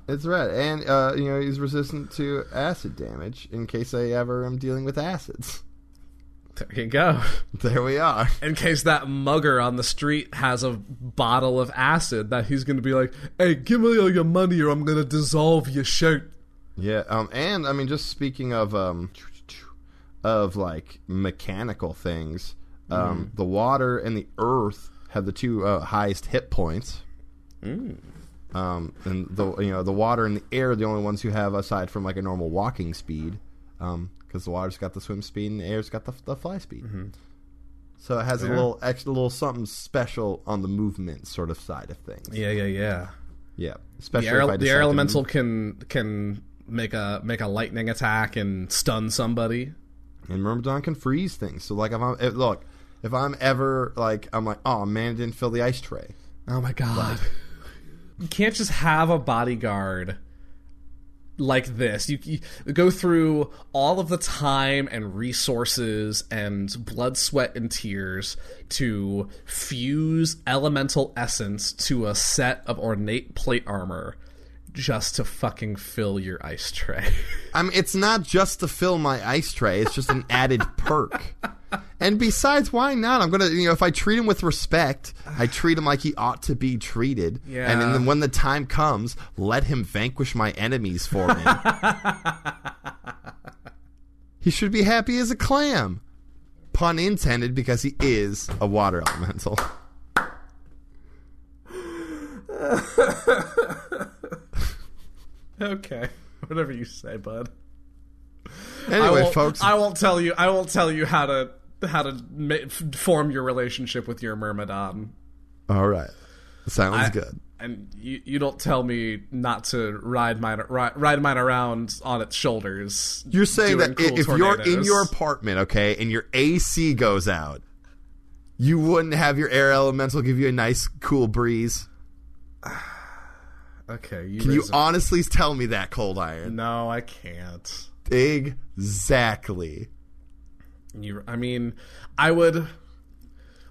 Speaker 2: It's red. And, uh, you know, he's resistant to acid damage in case I ever am dealing with acids.
Speaker 1: There you go.
Speaker 2: There we are.
Speaker 1: In case that mugger on the street has a bottle of acid that he's going to be like, "Hey, give me all your money or I'm going to dissolve your shirt."
Speaker 2: Yeah. Um, and, I mean, just speaking of, um, of like mechanical things,
Speaker 1: Mm.
Speaker 2: um, the water and the earth have the two uh, highest hit points.
Speaker 1: Mm.
Speaker 2: Um, and the you know the water and the air are the only ones who have aside from like a normal walking speed, because the water's got the swim speed and the air's got the, the fly speed.
Speaker 1: Mm-hmm.
Speaker 2: So it has a little extra little something special on the movement sort of side of things. Yeah,
Speaker 1: Yeah, yeah, yeah.
Speaker 2: especially
Speaker 1: The air,
Speaker 2: if I
Speaker 1: the air
Speaker 2: decide to
Speaker 1: elemental can can make a make a lightning attack and stun somebody.
Speaker 2: And Myrmidon can freeze things. So like if I'm if, look, if I'm ever like I'm like, oh man, it didn't fill the ice tray.
Speaker 1: Oh my god. You can't just have a bodyguard like this. You, you go through all of the time and resources and blood, sweat, and tears to fuse elemental essence to a set of ornate plate armor just to fucking fill your ice tray.
Speaker 2: I mean, it's not just to fill my ice tray; it's just an added perk. And besides, why not? I'm gonna, you know, if I treat him with respect, I treat him like he ought to be treated.
Speaker 1: Yeah.
Speaker 2: And then when the time comes, let him vanquish my enemies for me. he should be happy as a clam. Pun intended, because he is a water elemental.
Speaker 1: okay. Whatever you say, bud. I
Speaker 2: Anyway,
Speaker 1: won't,
Speaker 2: folks,
Speaker 1: I won't tell you. I won't tell you how to how to ma- f- form your relationship with your myrmidon,
Speaker 2: all right, sounds
Speaker 1: I-
Speaker 2: good.
Speaker 1: and you, you don't tell me not to ride mine ride, ride mine around on its shoulders.
Speaker 2: You're saying
Speaker 1: doing
Speaker 2: that
Speaker 1: cool
Speaker 2: i- if you're in
Speaker 1: tornadoes.
Speaker 2: your apartment, okay, and your AC goes out, you wouldn't have your air elemental give you a nice, cool breeze.
Speaker 1: okay, you,
Speaker 2: Can you
Speaker 1: raise a-
Speaker 2: honestly tell me that, Cold Iron?
Speaker 1: no, I can't.
Speaker 2: Exactly.
Speaker 1: You, I mean, I would.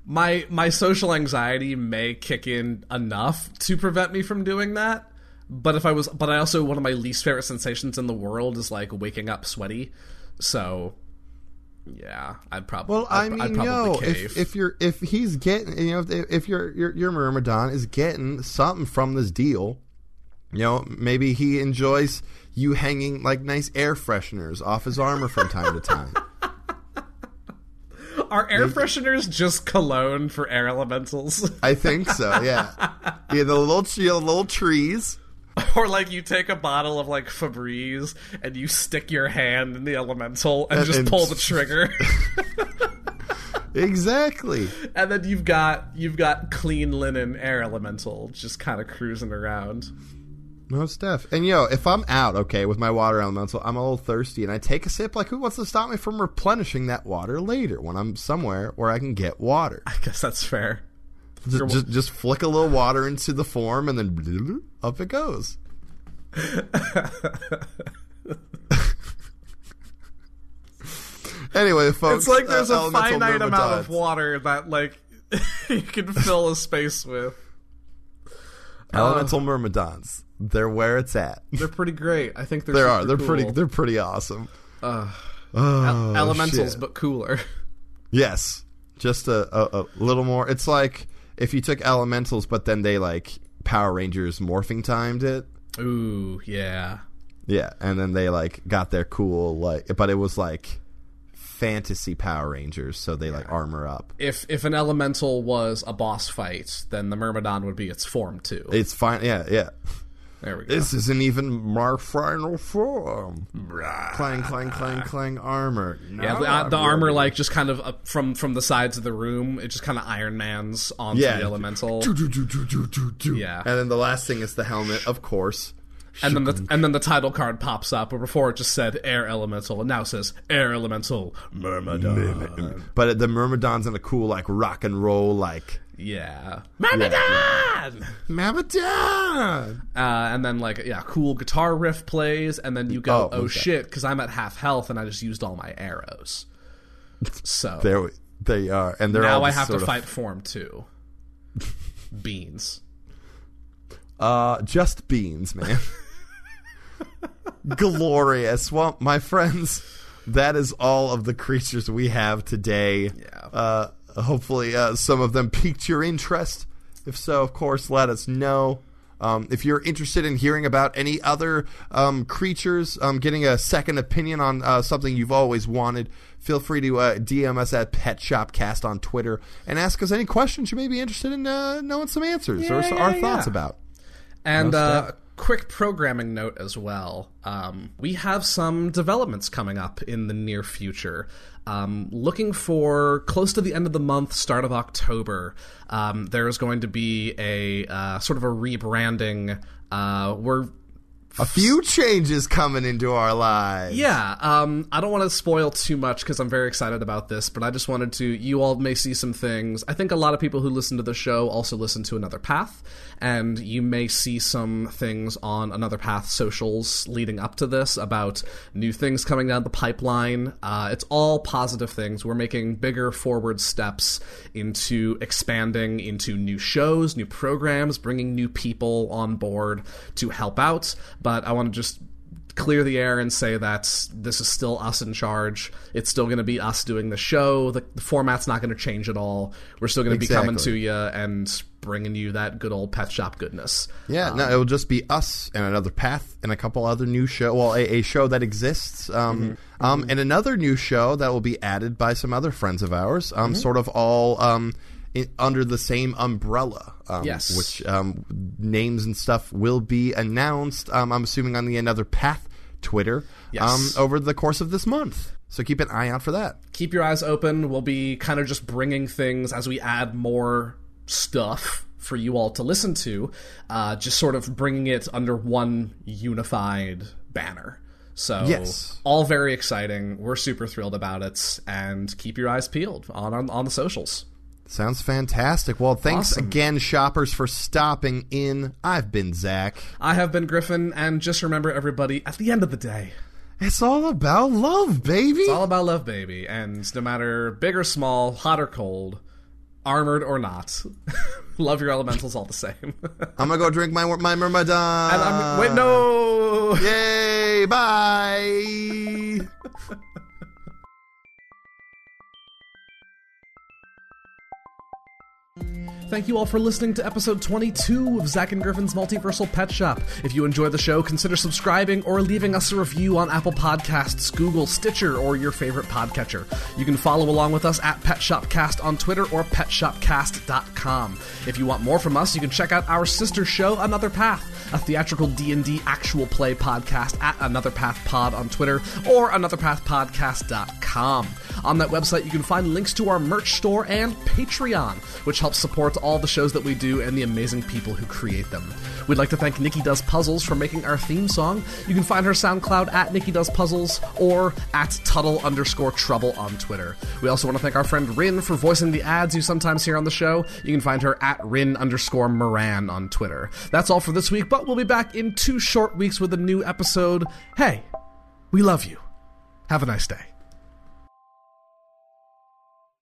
Speaker 1: My my social anxiety may kick in enough to prevent me from doing that. But if I was, but I also one of my least favorite sensations in the world is like waking up sweaty. So, yeah, I'd probably.
Speaker 2: Well, I
Speaker 1: I'd,
Speaker 2: mean,
Speaker 1: I'd probably
Speaker 2: yo,
Speaker 1: cave.
Speaker 2: if, if you're if he's getting, you know, if, if your your your Myrmidon is getting something from this deal, you know, maybe he enjoys you hanging like nice air fresheners off his armor from time to time.
Speaker 1: Are air fresheners just cologne for air elementals,
Speaker 2: I think so. Yeah, yeah. The little you know, little trees.
Speaker 1: or like you take a bottle of like Febreze and you stick your hand in the elemental and just
Speaker 2: and-
Speaker 1: pull the trigger?
Speaker 2: Exactly.
Speaker 1: And then you've got you've got clean linen air elemental just kind of cruising around.
Speaker 2: No stuff. And yo, if I'm out, okay, with my water elemental, I'm a little thirsty, and I take a sip. Like, who wants to stop me from replenishing that water later when I'm somewhere where I can get water?
Speaker 1: I guess that's fair.
Speaker 2: Just, just, just flick a little water into the form, and then up it goes. anyway, folks,
Speaker 1: It's like there's
Speaker 2: uh,
Speaker 1: a
Speaker 2: elemental
Speaker 1: finite amount
Speaker 2: myrmidons.
Speaker 1: of water that like you can fill a space with.
Speaker 2: Elemental myrmidons. They're where it's at.
Speaker 1: They're pretty great. I think they're
Speaker 2: There are.
Speaker 1: super
Speaker 2: They're pretty.
Speaker 1: cool.
Speaker 2: They're pretty awesome.
Speaker 1: El- elementals,
Speaker 2: shit.
Speaker 1: but cooler.
Speaker 2: Yes, just a, a, a little more. It's like if you took elementals, but then they like Power Rangers morphing timed it.
Speaker 1: Ooh, yeah.
Speaker 2: Yeah, and then they like got their cool like, but it was like fantasy Power Rangers, so they like armor up.
Speaker 1: If if an elemental was a boss fight, then the Myrmidon would be its form too.
Speaker 2: It's fine. Yeah, yeah.
Speaker 1: there we go.
Speaker 2: This isn't even my final form. Clang, clang, clang, clang. Armor.
Speaker 1: Yeah,
Speaker 2: Now
Speaker 1: the, uh,
Speaker 2: I'm
Speaker 1: the armor
Speaker 2: ready.
Speaker 1: like just kind of up from from the sides of the room. It just kind of Iron Man's onto
Speaker 2: Yeah.
Speaker 1: the elemental, Yeah.
Speaker 2: And then the last thing is the helmet, of course.
Speaker 1: and then the and then the title card pops up. But before it just said Air Elemental, and now it says Air Elemental Myrmidon.
Speaker 2: But the Myrmidon's in a cool like rock and roll like
Speaker 1: Yeah, Myrmidon.
Speaker 2: Myrmidon.
Speaker 1: Uh, and then like yeah, cool guitar riff plays, and then you go,
Speaker 2: Oh,
Speaker 1: oh, shit,
Speaker 2: okay.
Speaker 1: shit, because I'm at half health and I just used all my arrows. So
Speaker 2: There we, they are, and they're
Speaker 1: now
Speaker 2: all
Speaker 1: I
Speaker 2: just
Speaker 1: have to
Speaker 2: sort of-
Speaker 1: fight form two. Beans.
Speaker 2: Uh, just beans, man. Glorious. Well, my friends, that is all of the creatures we have today.
Speaker 1: Yeah.
Speaker 2: Uh, hopefully, uh, some of them piqued your interest. If so, of course, let us know. Um, if you're interested in hearing about any other um, creatures, um, getting a second opinion on uh, something you've always wanted, feel free to uh, DM us at Pet Shop Cast on Twitter and ask us any questions you may be interested in uh, knowing some answers or
Speaker 1: Yeah,
Speaker 2: our
Speaker 1: yeah,
Speaker 2: thoughts
Speaker 1: yeah.
Speaker 2: about.
Speaker 1: And uh, quick programming note as well. Um, we have some developments coming up in the near future. Um, looking for close to the end of the month, start of October, um, there is going to be a uh, sort of a rebranding. Uh, we're
Speaker 2: A few changes coming into our lives.
Speaker 1: Yeah, um, I don't want to spoil too much because I'm very excited about this, but I just wanted to. You all may see some things. I think a lot of people who listen to the show also listen to Another Path, and you may see some things on Another Path socials leading up to this about new things coming down the pipeline. Uh, it's all positive things. We're making bigger forward steps into expanding into new shows, new programs, bringing new people on board to help out. But I want to just clear the air and say that this is still us in charge. It's still going to be us doing the show. The, the format's not going to change at all. We're still going to be coming to
Speaker 2: Exactly.
Speaker 1: you and bringing you that good old pet shop goodness.
Speaker 2: Yeah, no, it'll just be us and another path and a couple other new show. Well, a, a show that exists, um,
Speaker 1: Mm-hmm.
Speaker 2: um, and another new show that will be added by some other friends of ours. Um,
Speaker 1: Mm-hmm.
Speaker 2: sort of all um, in, under the same umbrella. Um,
Speaker 1: Yes.
Speaker 2: which um, names and stuff will be announced. Um, I'm assuming on the another path Twitter.
Speaker 1: Yes.
Speaker 2: Um, over the course of this month, so keep an eye out for that.
Speaker 1: Keep your eyes open. We'll be kind of just bringing things as we add more stuff for you all to listen to, uh, just sort of bringing it under one unified banner. So,
Speaker 2: Yes.
Speaker 1: all very exciting. We're super thrilled about it, and keep your eyes peeled on on, on the socials.
Speaker 2: Sounds fantastic. Well, thanks
Speaker 1: Awesome.
Speaker 2: again, shoppers, for stopping in. I've been Zach.
Speaker 1: I have been Griffin, and just remember, everybody, at the end of the day,
Speaker 2: It's all about love, baby.
Speaker 1: it's all about love, baby. And no matter big or small, hot or cold, armored or not, love your elementals all the same.
Speaker 2: I'm gonna go drink my my Myrmidon.
Speaker 1: and I'm, wait, no!
Speaker 2: Yay! Bye.
Speaker 1: Thank you all for listening to episode 22 of Zack and Griffin's Multiversal Pet Shop. If you enjoy the show, consider subscribing or leaving us a review on Apple Podcasts, Google, Stitcher, or your favorite podcatcher. You can follow along with us at Pet Shop Cast on Twitter or PetShopCast.com. If you want more from us, you can check out our sister show, Another Path, a theatrical D&D actual play podcast at Another Path Pod on Twitter or AnotherPathPodcast.com. On that website, you can find links to our merch store and Patreon, which helps support all the shows that we do and the amazing people who create them. We'd like to thank Nikki Does Puzzles for making our theme song. You can find her SoundCloud at Nikki Does Puzzles or at Tuttle underscore Trouble on Twitter. We also want to thank our friend Rin for voicing the ads you sometimes hear on the show. You can find her at Rin underscore Moran on Twitter. That's all for this week, but we'll be back in two short weeks with a new episode. Hey, we love you. Have a nice day.